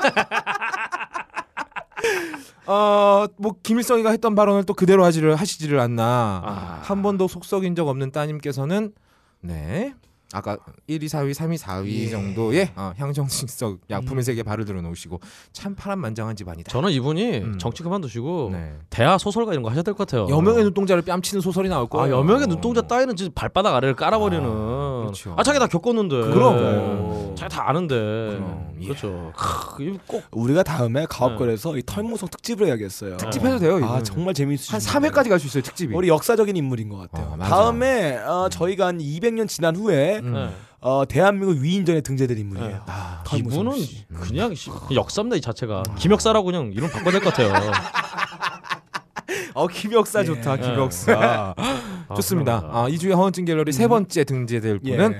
Speaker 1: 어뭐 김일성이가 했던 발언을 또 그대로 하지를 하시지를 않나
Speaker 2: 아.
Speaker 1: 한 번도 속썩인 적 없는 따님께서는 네 아까 1위 4위 3위 4위
Speaker 2: 예.
Speaker 1: 정도의 어, 향정신성 약품의 세계에 발을 들어놓으시고 참 파란만장한 집안이다
Speaker 2: *laughs* 저는 이분이
Speaker 1: 음.
Speaker 2: 정치 그만두시고
Speaker 1: 네.
Speaker 2: 대하 소설가 이런 거 하셔야 될 것 같아요.
Speaker 1: 여명의 눈동자를 뺨치는 소설이 나올
Speaker 2: 어. 아,
Speaker 1: 거예요 어.
Speaker 2: 여명의 눈동자 따위는 진짜 발바닥 아래를 깔아버리는. 아,
Speaker 1: 그렇죠.
Speaker 2: 자기 다 겪었는데.
Speaker 1: 그럼.
Speaker 2: 네. 자기 다 아는데.
Speaker 1: 그럼, 예.
Speaker 2: 그렇죠. 크, 이거 꼭
Speaker 3: 우리가 다음에 가업걸에서 이 털무성 특집을 해야겠어요.
Speaker 1: 네. 특집해도 돼요 이거는.
Speaker 3: 아 정말 재미있으신
Speaker 1: 네. 한
Speaker 3: 분이에요.
Speaker 1: 3회까지 갈 수 있어요 특집이
Speaker 3: 우리 역사적인 인물인 것 같아요.
Speaker 1: 어, 맞아.
Speaker 3: 다음에 어, 저희가 한 200년 지난 후에
Speaker 1: 음.
Speaker 2: 네.
Speaker 3: 어, 대한민국 위인전에 등재될 인물이에요.
Speaker 2: 아.
Speaker 3: 털무성
Speaker 2: 이분은
Speaker 3: 씨.
Speaker 2: 그냥 씨- 역사입니다 이 자체가 김역사라고 그냥 이름 바꿔야 될 것 같아요.
Speaker 1: 어 김역사 좋다
Speaker 2: 예.
Speaker 1: 김역사
Speaker 2: 아,
Speaker 1: *laughs* 좋습니다
Speaker 2: 그렇구나.
Speaker 1: 아, 이주의 허언증 갤러리 세 번째 등재될
Speaker 3: 예.
Speaker 1: 분은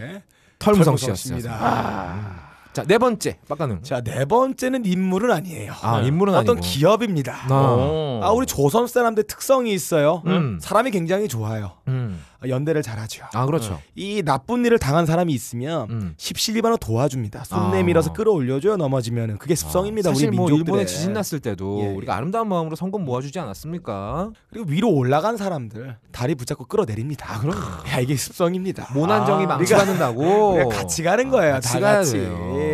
Speaker 1: 털무성
Speaker 3: 털무성
Speaker 1: 씨였습니다
Speaker 3: 씨입니다.
Speaker 1: 자네 번째 빡가능
Speaker 3: 자, 네 번째는 인물은 아니에요.
Speaker 1: 아 인물은
Speaker 3: 어떤
Speaker 1: 아니고
Speaker 3: 기업입니다.
Speaker 1: 아.
Speaker 2: 어.
Speaker 3: 아, 우리 조선 사람들 특성이 있어요.
Speaker 1: 음.
Speaker 3: 사람이 굉장히 좋아요.
Speaker 1: 음.
Speaker 3: 연대를 잘하죠.
Speaker 1: 아 그렇죠.
Speaker 3: 이 나쁜 일을 당한 사람이 있으면
Speaker 1: 음.
Speaker 3: 십시일반으로 도와줍니다.
Speaker 1: 아.
Speaker 3: 손 내밀어서 끌어올려줘요. 넘어지면 은 그게 습성입니다.
Speaker 1: 사실
Speaker 3: 우리
Speaker 1: 뭐
Speaker 3: 민족들의.
Speaker 1: 일본에 지진 났을 때도
Speaker 3: 예, 예.
Speaker 1: 우리가 아름다운 마음으로 성금 모아주지 않았습니까?
Speaker 3: 그리고 위로 올라간 사람들 다리 붙잡고 끌어내립니다. 그럼 야 이게 습성입니다.
Speaker 1: 아,
Speaker 3: 아, 그러니까
Speaker 1: 모난정이 어. 망치받는다고
Speaker 3: *laughs*
Speaker 1: 아,
Speaker 3: 우리가 같이 가는 거예요. 예. 다 같이.
Speaker 1: 돼요. 어.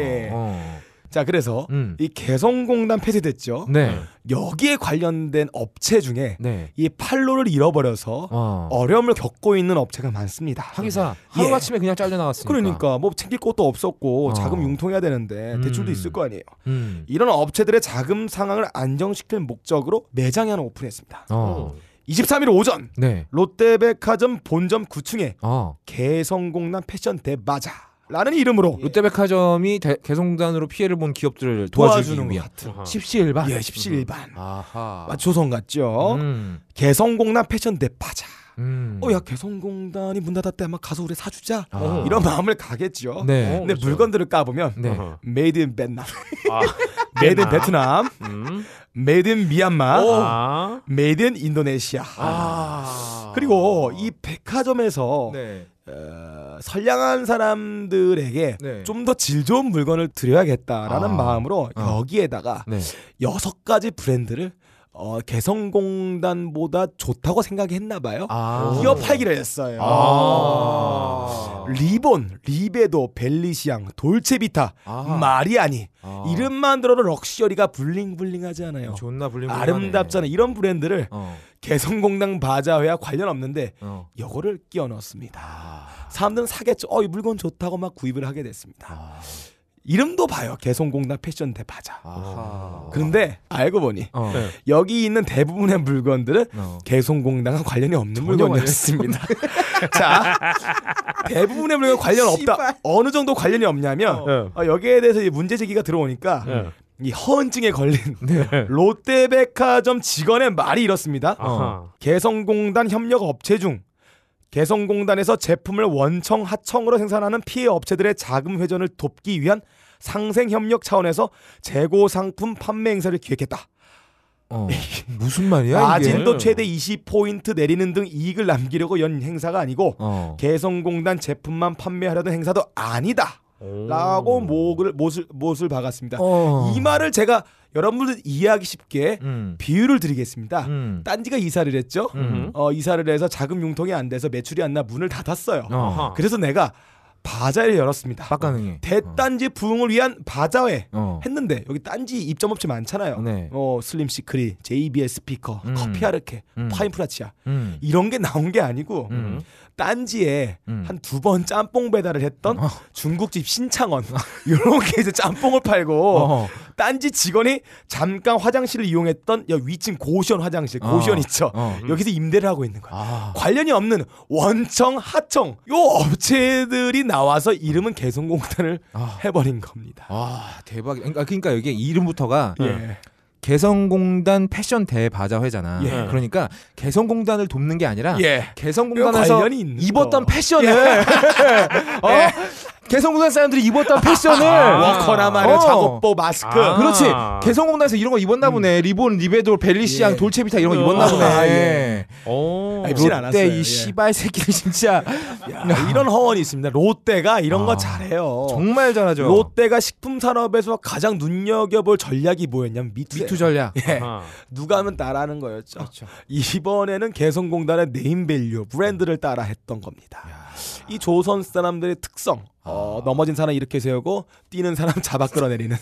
Speaker 3: 자 그래서
Speaker 1: 음.
Speaker 3: 이 개성공단 폐쇄됐죠.
Speaker 1: 네,
Speaker 3: 여기에 관련된 업체 중에
Speaker 1: 네.
Speaker 3: 이 판로를 잃어버려서
Speaker 1: 어.
Speaker 3: 어려움을 겪고 있는 업체가 많습니다.
Speaker 1: 하기사 하루 아침에 그냥 잘려 나왔으니까.
Speaker 3: 예. 그러니까 뭐 챙길 것도 없었고
Speaker 1: 어.
Speaker 3: 자금 융통해야 되는데
Speaker 1: 음.
Speaker 3: 대출도 있을 거 아니에요.
Speaker 1: 음.
Speaker 3: 이런 업체들의 자금 상황을 안정시킬 목적으로 매장이 하나 오픈했습니다.
Speaker 1: 어.
Speaker 3: 23일 오전
Speaker 1: 네.
Speaker 3: 롯데백화점 본점 9층에
Speaker 1: 어.
Speaker 3: 개성공단 패션 대마자 라는 이름으로
Speaker 1: 롯데백화점이 대- 개성단으로 피해를 본 기업들을 예. 도와주기
Speaker 3: 예. 도와주는 것
Speaker 1: 위한 어.
Speaker 3: 같은
Speaker 1: 십시일반. 음.
Speaker 3: 예, 십시일반.
Speaker 1: 아하.
Speaker 3: 아, 조선 같죠.
Speaker 1: 음.
Speaker 3: 개성공단 패션 대파자.
Speaker 1: 음.
Speaker 3: 어, 야 개성공단이 문 닫았대. 아마 가서 우리 사주자.
Speaker 1: 아.
Speaker 3: 이런 마음을 가겠죠.
Speaker 1: 네.
Speaker 3: 근데 물건들을 까보면
Speaker 1: 네.
Speaker 5: 아하.
Speaker 3: 메이드 인 베트남,
Speaker 5: 아,
Speaker 3: 메이드 인 베트남,
Speaker 5: 음.
Speaker 3: 메이드 인 미얀마,
Speaker 5: 아.
Speaker 3: 메이드 인 인도네시아.
Speaker 5: 아.
Speaker 3: 그리고 이 백화점에서
Speaker 1: 네.
Speaker 3: 어, 선량한 사람들에게
Speaker 1: 네.
Speaker 3: 좀 더 질 좋은 물건을 드려야겠다라는
Speaker 1: 아.
Speaker 3: 마음으로
Speaker 1: 어.
Speaker 3: 여기에다가
Speaker 1: 네.
Speaker 3: 여섯 가지 브랜드를 어, 개성공단보다 좋다고 생각했나 봐요.
Speaker 1: 아.
Speaker 3: 이어 팔기를 했어요.
Speaker 1: 아.
Speaker 3: 리본, 리베도, 벨리시앙, 돌체비타,
Speaker 1: 아.
Speaker 3: 마리아니
Speaker 1: 아.
Speaker 3: 이름만 들어도 럭셔리가 블링블링하지 않아요.
Speaker 1: 존나 불림.
Speaker 3: 아름답잖아요. 이런 브랜드를
Speaker 1: 어.
Speaker 3: 개성공단 바자회와 관련 없는데
Speaker 1: 어.
Speaker 3: 요거를 끼워 넣었습니다. 사람들은 사겠죠. 어, 이 물건 좋다고 막 구입을 하게 됐습니다.
Speaker 1: 아.
Speaker 3: 이름도 봐요. 개성공단 패션 대바자.
Speaker 1: 아하.
Speaker 3: 어. 그런데 알고 보니
Speaker 1: 어.
Speaker 5: 네.
Speaker 3: 여기 있는 대부분의 물건들은
Speaker 1: 어.
Speaker 3: 개성공단과 관련이 없는 물건이었습니다. *laughs* 자, 대부분의 물건 관련 없다. 어느 정도 관련이 없냐면
Speaker 5: 어.
Speaker 3: 어, 여기에 대해서 이 문제 제기가 들어오니까
Speaker 5: 네.
Speaker 3: 이 허언증에 걸린 롯데백화점 직원의 말이 이렇습니다.
Speaker 5: 아하.
Speaker 3: 개성공단 협력 업체 중 개성공단에서 제품을 원청 하청으로 생산하는 피해 업체들의 자금 회전을 돕기 위한 상생 협력 차원에서 재고 상품 판매 행사를 기획했다. *laughs*
Speaker 1: 어. 무슨 말이야 이게?
Speaker 3: 마진도 최대 20포인트 내리는 등 이익을 남기려고 연 행사가 아니고
Speaker 1: 어.
Speaker 3: 개성공단 제품만 판매하려던 행사도 아니다.
Speaker 5: 오.
Speaker 3: 라고 목을 못을 못을 박았습니다.
Speaker 1: 어.
Speaker 3: 이 말을 제가 여러분들 이해하기 쉽게
Speaker 1: 음.
Speaker 3: 비유를 드리겠습니다.
Speaker 1: 음.
Speaker 3: 딴지가 이사를 했죠.
Speaker 1: 음.
Speaker 3: 어, 이사를 해서 자금 융통이 안 돼서 매출이 안 나 문을 닫았어요.
Speaker 1: 어.
Speaker 3: 그래서 내가 바자회를 열었습니다.
Speaker 1: 빡가능이.
Speaker 3: 대딴지 부흥을 위한 바자회
Speaker 1: 어.
Speaker 3: 했는데 여기 딴지 입점업체 많잖아요.
Speaker 1: 네.
Speaker 3: 어, 슬림 시크리, JBS 스피커,
Speaker 1: 음.
Speaker 3: 커피아르케,
Speaker 1: 음.
Speaker 3: 파인프라치아
Speaker 1: 음.
Speaker 3: 이런 게 나온 게 아니고
Speaker 1: 음.
Speaker 3: 딴지에
Speaker 1: 음. 어.
Speaker 3: 한 두 번 짬뽕 배달을 했던 중국집 신창원 *laughs* 이렇게 이제 짬뽕을 팔고
Speaker 1: 어.
Speaker 3: 딴지 직원이 잠깐 화장실을 이용했던 여 위층 고시원 화장실 고시원
Speaker 1: 어.
Speaker 3: 있죠 음.
Speaker 1: 어.
Speaker 3: 여기서 임대를 하고 있는 거야
Speaker 1: 아.
Speaker 3: 관련이 없는 원청 하청 요 업체들이 나와서 이름은 개성공단을
Speaker 1: 아.
Speaker 3: 해버린 겁니다
Speaker 1: 아 대박. 그러니까, 그러니까 여기 이름부터가
Speaker 3: 예.
Speaker 1: 개성공단 패션 대바자회잖아.
Speaker 3: 예.
Speaker 1: 그러니까 개성공단을 돕는 게 아니라
Speaker 3: 예.
Speaker 1: 개성공단에서
Speaker 3: 관련이 있는
Speaker 1: 입었던
Speaker 3: 거. 예.
Speaker 1: 패션을 *laughs* 어? 개성공단 사람들이 입었던 패션을
Speaker 3: 아. 워커나 말이야
Speaker 1: 어.
Speaker 3: 작업복 마스크
Speaker 5: 아.
Speaker 1: 그렇지. 개성공단에서 이런 거 입었나 보네. 리본, 리베도, 벨리시앙,
Speaker 3: 음. 예.
Speaker 1: 돌체비타 이런 거 입었나
Speaker 3: 아,
Speaker 1: 보네.
Speaker 3: 예.
Speaker 5: 오.
Speaker 3: 아니, 입진 않았어요.
Speaker 1: 롯데
Speaker 3: 예.
Speaker 1: 이 씨발 새끼들 진짜
Speaker 3: 야, 이런 허언이 있습니다 롯데가 이런
Speaker 1: 아.
Speaker 3: 거 잘해요
Speaker 1: 정말 잘하죠.
Speaker 3: 어. 롯데가 식품 산업에서 가장 눈여겨볼 전략이 뭐였냐면 미투
Speaker 1: 미투 전략.
Speaker 3: 예.
Speaker 5: 아하.
Speaker 3: 누가 하면 따라하는 거였죠.
Speaker 1: 그렇죠.
Speaker 3: 이번에는 개성공단의 네임밸류 브랜드를 따라했던 겁니다. 이 조선 사람들의 특성, 어,
Speaker 2: 아.
Speaker 3: 넘어진 사람 일으켜 세우고 뛰는 사람 *laughs* 잡아 끌어내리는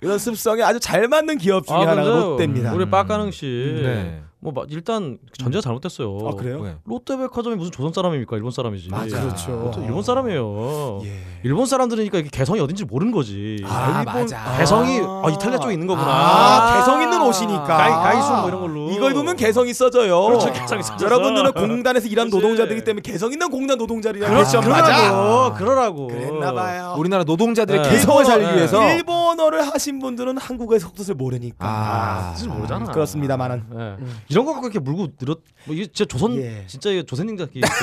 Speaker 3: 이런 습성에 아주 잘 맞는 기업 중에
Speaker 2: 아,
Speaker 3: 하나가
Speaker 2: 근데
Speaker 3: 롯데입니다.
Speaker 2: 우리 빡가능 씨.
Speaker 1: 네.
Speaker 2: 뭐 마- 일단 전제가 잘못됐어요.
Speaker 3: 아 예. 그래요?
Speaker 1: 왜?
Speaker 2: 롯데백화점이 무슨 조선 사람입니까? 일본 사람이지.
Speaker 3: 맞아. 그렇죠.
Speaker 2: 보통 예. 일본 사람이에요.
Speaker 3: 예.
Speaker 2: 어. 일본 사람들이니까 이게 개성이 어딘지 모르는 거지.
Speaker 3: 아,
Speaker 2: 일본
Speaker 3: 맞아.
Speaker 2: 개성이 아, 이탈리아 쪽에 있는 거구나.
Speaker 3: 아, 개성 있는 옷이니까.
Speaker 2: 가이 가이수 뭐 이런 걸로.
Speaker 3: 이걸 보면 개성이 써져요. 아.
Speaker 2: 그렇죠. 개성이 써져서.
Speaker 3: 여러분들은 공단에서 일하는
Speaker 2: 그렇지.
Speaker 3: 노동자들이기 때문에 개성 있는 공단 노동자라는
Speaker 2: 그렇죠.
Speaker 3: 아, 맞아.
Speaker 2: 그러라고. 그러라고.
Speaker 3: 그랬나봐요.
Speaker 1: 우리나라 노동자들의
Speaker 3: 예.
Speaker 2: 네.
Speaker 1: 개성을
Speaker 2: 일본어,
Speaker 1: 살리기
Speaker 2: 네.
Speaker 1: 위해서
Speaker 3: 일본어를 하신 분들은 한국의 속뜻을 모르니까.
Speaker 1: 아,
Speaker 2: 사실 모르잖아.
Speaker 3: 그렇습니다만은.
Speaker 2: 예. 이런 거 갖고 이렇게 물고 늘어 뭐 이게 진짜 조선
Speaker 3: 예.
Speaker 2: 진짜 이게 조선님 같기 이렇게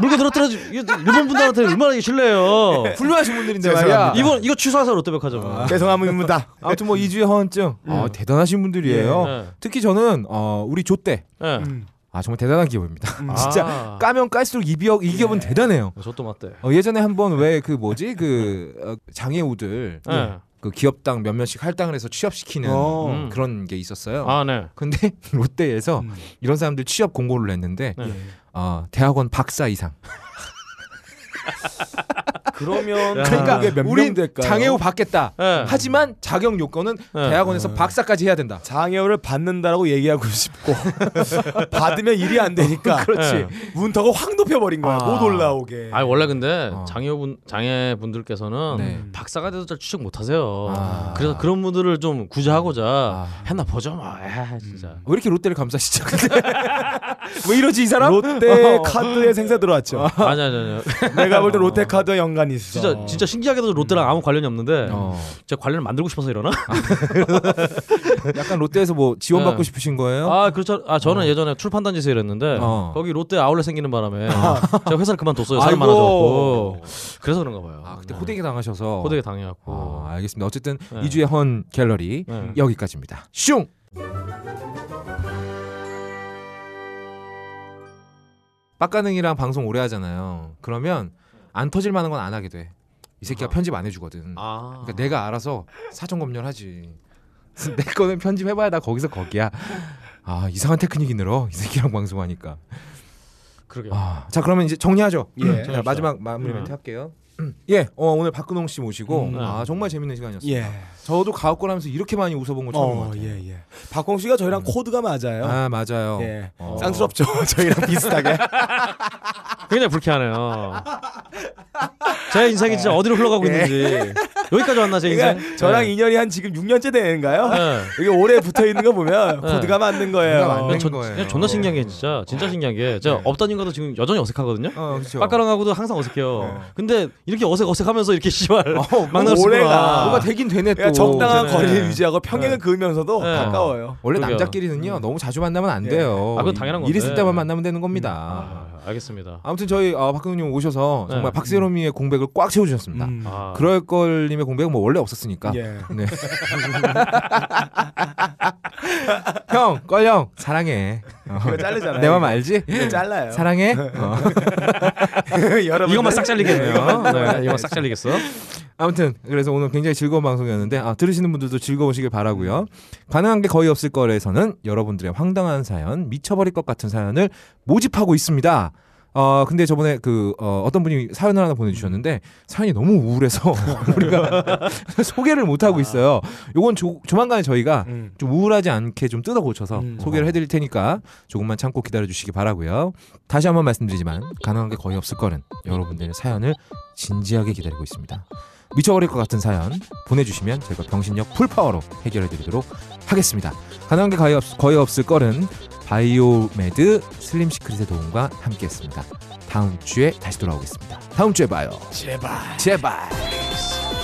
Speaker 2: 물고 늘어뜨려지 이게 *laughs* 일본 분들한테 얼마나 이게 실례예요.
Speaker 1: 네.
Speaker 2: 어.
Speaker 1: 훌륭하신 분들인데 말이야.
Speaker 3: 죄송합니다.
Speaker 2: 이번 이거 취소하세요 롯데백화점.
Speaker 1: 아,
Speaker 3: 죄송합니다.
Speaker 1: 아무튼 뭐 이주의 허언증
Speaker 3: 예.
Speaker 1: 아, 대단하신 분들이에요.
Speaker 2: 예.
Speaker 1: 특히 저는 어, 우리 조때
Speaker 2: 예.
Speaker 3: 음.
Speaker 1: 아 정말 대단한 기업입니다.
Speaker 3: 음.
Speaker 1: 진짜
Speaker 2: 아.
Speaker 1: 까면 깔수록 이, 기업, 이 기업은
Speaker 3: 예.
Speaker 1: 대단해요.
Speaker 2: 저또 맞대.
Speaker 1: 어, 예전에 한번 왜 그 뭐지 그 어, 장애우들
Speaker 2: 예.
Speaker 1: 그 기업당 몇 명씩 할당을 해서 취업시키는
Speaker 3: 어.
Speaker 1: 음, 그런 게 있었어요.
Speaker 2: 아 네.
Speaker 1: 근데 *laughs* 롯데에서
Speaker 3: 음.
Speaker 1: 이런 사람들 취업 공고를 냈는데
Speaker 2: 네.
Speaker 1: 어, 대학원 박사 이상.
Speaker 3: 그러면
Speaker 2: 야.
Speaker 1: *laughs* 그러니까
Speaker 3: 그게 몇명
Speaker 1: 우리
Speaker 3: 될까요?
Speaker 1: 장애우 받겠다.
Speaker 2: 네.
Speaker 1: 하지만 자격 요건은 대학원에서 박사까지 해야 된다.
Speaker 3: 장애우를 받는다라고 얘기하고 싶고 *laughs* 받으면 일이 안
Speaker 1: *laughs*
Speaker 3: 되니까 예.
Speaker 1: 그렇지.
Speaker 3: 문턱을 확 높여버린 거야
Speaker 1: 아.
Speaker 3: 못 올라오게
Speaker 2: 아 원래 근데
Speaker 1: 어.
Speaker 2: 장애분 장애분들께서는
Speaker 3: 음.
Speaker 1: 네.
Speaker 2: 박사가 돼도 잘 추적 못하세요.
Speaker 1: 아.
Speaker 2: 그래서 그런 분들을 좀 구제하고자
Speaker 1: 아. 음.
Speaker 2: 했나 보죠. 뭐. 에 진짜.
Speaker 1: 왜 이렇게 롯데를 감싸시죠? 근데 왜 이러지 이 사람?
Speaker 3: 롯데
Speaker 1: *laughs*
Speaker 3: 카드에 생사 들어왔죠.
Speaker 2: 아니 아니 아니.
Speaker 3: 내가 볼 때 롯데 카드와 연관이 있어.
Speaker 2: 진짜 진짜 신기하게도 롯데랑 아무 관련이 없는데
Speaker 1: 어.
Speaker 2: 제가 관련을 만들고 싶어서 이러나?
Speaker 1: 약간 롯데에서 뭐 지원 받고
Speaker 2: 네.
Speaker 1: 싶으신 거예요?
Speaker 2: 아 그렇죠. 아 저는 예전에 출판단지에서 일했는데
Speaker 1: 어.
Speaker 2: 거기 롯데 아울렛 생기는 바람에 제가 회사를 그만뒀어요. 사람
Speaker 1: 아이고.
Speaker 2: 많아져갖고 그래서 그런가 봐요.
Speaker 1: 아, 그때
Speaker 2: 네.
Speaker 1: 호되게 당하셔서
Speaker 2: 호되게 당해갖고.
Speaker 1: 아, 알겠습니다. 어쨌든
Speaker 2: 네.
Speaker 1: 이주의 헌 갤러리
Speaker 2: 네.
Speaker 1: 여기까지입니다. 슝. 빡가능이랑 방송 오래 하잖아요. 그러면 안 터질 만한 건 안 하게 돼. 이 새끼가
Speaker 2: 아.
Speaker 1: 편집 안 해주거든.
Speaker 2: 아.
Speaker 1: 그러니까 내가 알아서 사전 검열하지. *laughs* 내 거는 편집해봐야 다 거기서 거기야. 아 이상한 테크닉이 늘어 이 새끼랑 방송하니까.
Speaker 2: 그러게요.
Speaker 1: 아, 자 그러면 이제 정리하죠.
Speaker 3: 예.
Speaker 1: 자, 마지막 마무리
Speaker 2: 음.
Speaker 1: 멘트 할게요. 예, 어, 오늘 박근홍 씨 모시고
Speaker 2: 음.
Speaker 1: 아 정말 재밌는 시간이었어요.
Speaker 3: 예.
Speaker 1: 저도 가옥걸 하면서 이렇게 많이 웃어본 거 처음인 것
Speaker 3: 어,
Speaker 1: 같아요. 음.
Speaker 3: 예, 예. 박홍 씨가 저희랑 코드가 맞아요.
Speaker 1: 아 맞아요.
Speaker 3: 예.
Speaker 1: 어.
Speaker 3: 쌍스럽죠. *laughs* 저희랑 비슷하게.
Speaker 2: 굉장히 불쾌하네요. 제 인생이 진짜 어디로 흘러가고 있는지 여기까지 왔나 제 인생?
Speaker 3: 그러니까 저랑
Speaker 2: 네.
Speaker 3: 인연이 한 지금 6년째 되는가요?
Speaker 2: 네.
Speaker 3: 이게 오래 붙어 있는 거 보면 코드가 맞는 거예요.
Speaker 1: 코드가 맞는
Speaker 2: 전-
Speaker 1: 거예요.
Speaker 2: 그냥 존나 신기한 게 진짜 진짜 신기한 게 제가 업다님과도 지금 여전히 어색하거든요.
Speaker 1: 어 그렇죠.
Speaker 2: 빠까랑하고도 항상 어색해요. 근데 이렇게 어색 어색하면서 이렇게 *laughs* 씨발
Speaker 1: 어,
Speaker 2: 막 나올
Speaker 3: 올해가
Speaker 1: 뭐가 되긴 되네 또.
Speaker 3: 그러니까 적당한
Speaker 2: 네.
Speaker 3: 거리를 유지하고 평행을 그으면서도
Speaker 2: 네.
Speaker 3: 가까워요.
Speaker 1: 원래
Speaker 2: 그러게요. 음.
Speaker 1: 남자끼리는요 너무 자주 만나면 안
Speaker 3: 예.
Speaker 1: 돼요.
Speaker 2: 아, 그건 당연한
Speaker 1: 일
Speaker 2: 건데.
Speaker 1: 있을 때만 만나면 되는 겁니다.
Speaker 2: 아, 알겠습니다.
Speaker 1: 아무튼 저희 어, 박근홍님 오셔서
Speaker 2: 네.
Speaker 1: 정말 박세롬이의 공백을 꽉 채워주셨습니다.
Speaker 3: 음.
Speaker 2: 아,
Speaker 1: 그럴 걸님의 공백은 뭐 원래 없었으니까.
Speaker 3: 예.
Speaker 1: 네. 형, 껄형 사랑해. 예,
Speaker 3: 이거
Speaker 1: *laughs*
Speaker 3: 자르잖아요.
Speaker 1: 내 맘 알지?
Speaker 3: 이거
Speaker 1: *laughs*
Speaker 3: 잘라요.
Speaker 1: 사랑해. 어.
Speaker 3: 여러분
Speaker 2: 이것만 싹 잘리겠네요.
Speaker 1: 이것만
Speaker 2: 네,
Speaker 1: 잘라요.
Speaker 2: 이것만 싹 잘리겠어.
Speaker 1: 아무튼 그래서 오늘 굉장히 즐거운 방송이었는데 아, 들으시는 분들도 즐거우시길 바라고요. 가능한 게 거의 없을 거래에서는 여러분들의 황당한 사연, 미쳐버릴 것 같은 사연을 모집하고 있습니다. 어 근데 저번에 그 어, 떤 분이 사연을 하나 보내주셨는데 사연이 너무 우울해서 *laughs* 우리가 소개를 못 하고 있어요. 요건 조, 조만간에 저희가
Speaker 3: 음.
Speaker 1: 좀 우울하지 않게 좀 뜯어 고쳐서
Speaker 3: 음.
Speaker 1: 소개를 해드릴 테니까 조금만 참고 기다려 주시기 바라고요. 다시 한번 말씀드리지만 가능한 게 거의 없을 거는 여러분들의 사연을 진지하게 기다리고 있습니다. 미쳐버릴 것 같은 사연 보내주시면 저희가 병신력 풀파워로 해결해드리도록 하겠습니다. 가능한 게 거의, 없, 거의 없을 거는 바이오메드 슬림시크릿의 도움과 함께했습니다. 다음 주에 다시 돌아오겠습니다. 다음 주에 봐요. 제발. 제발.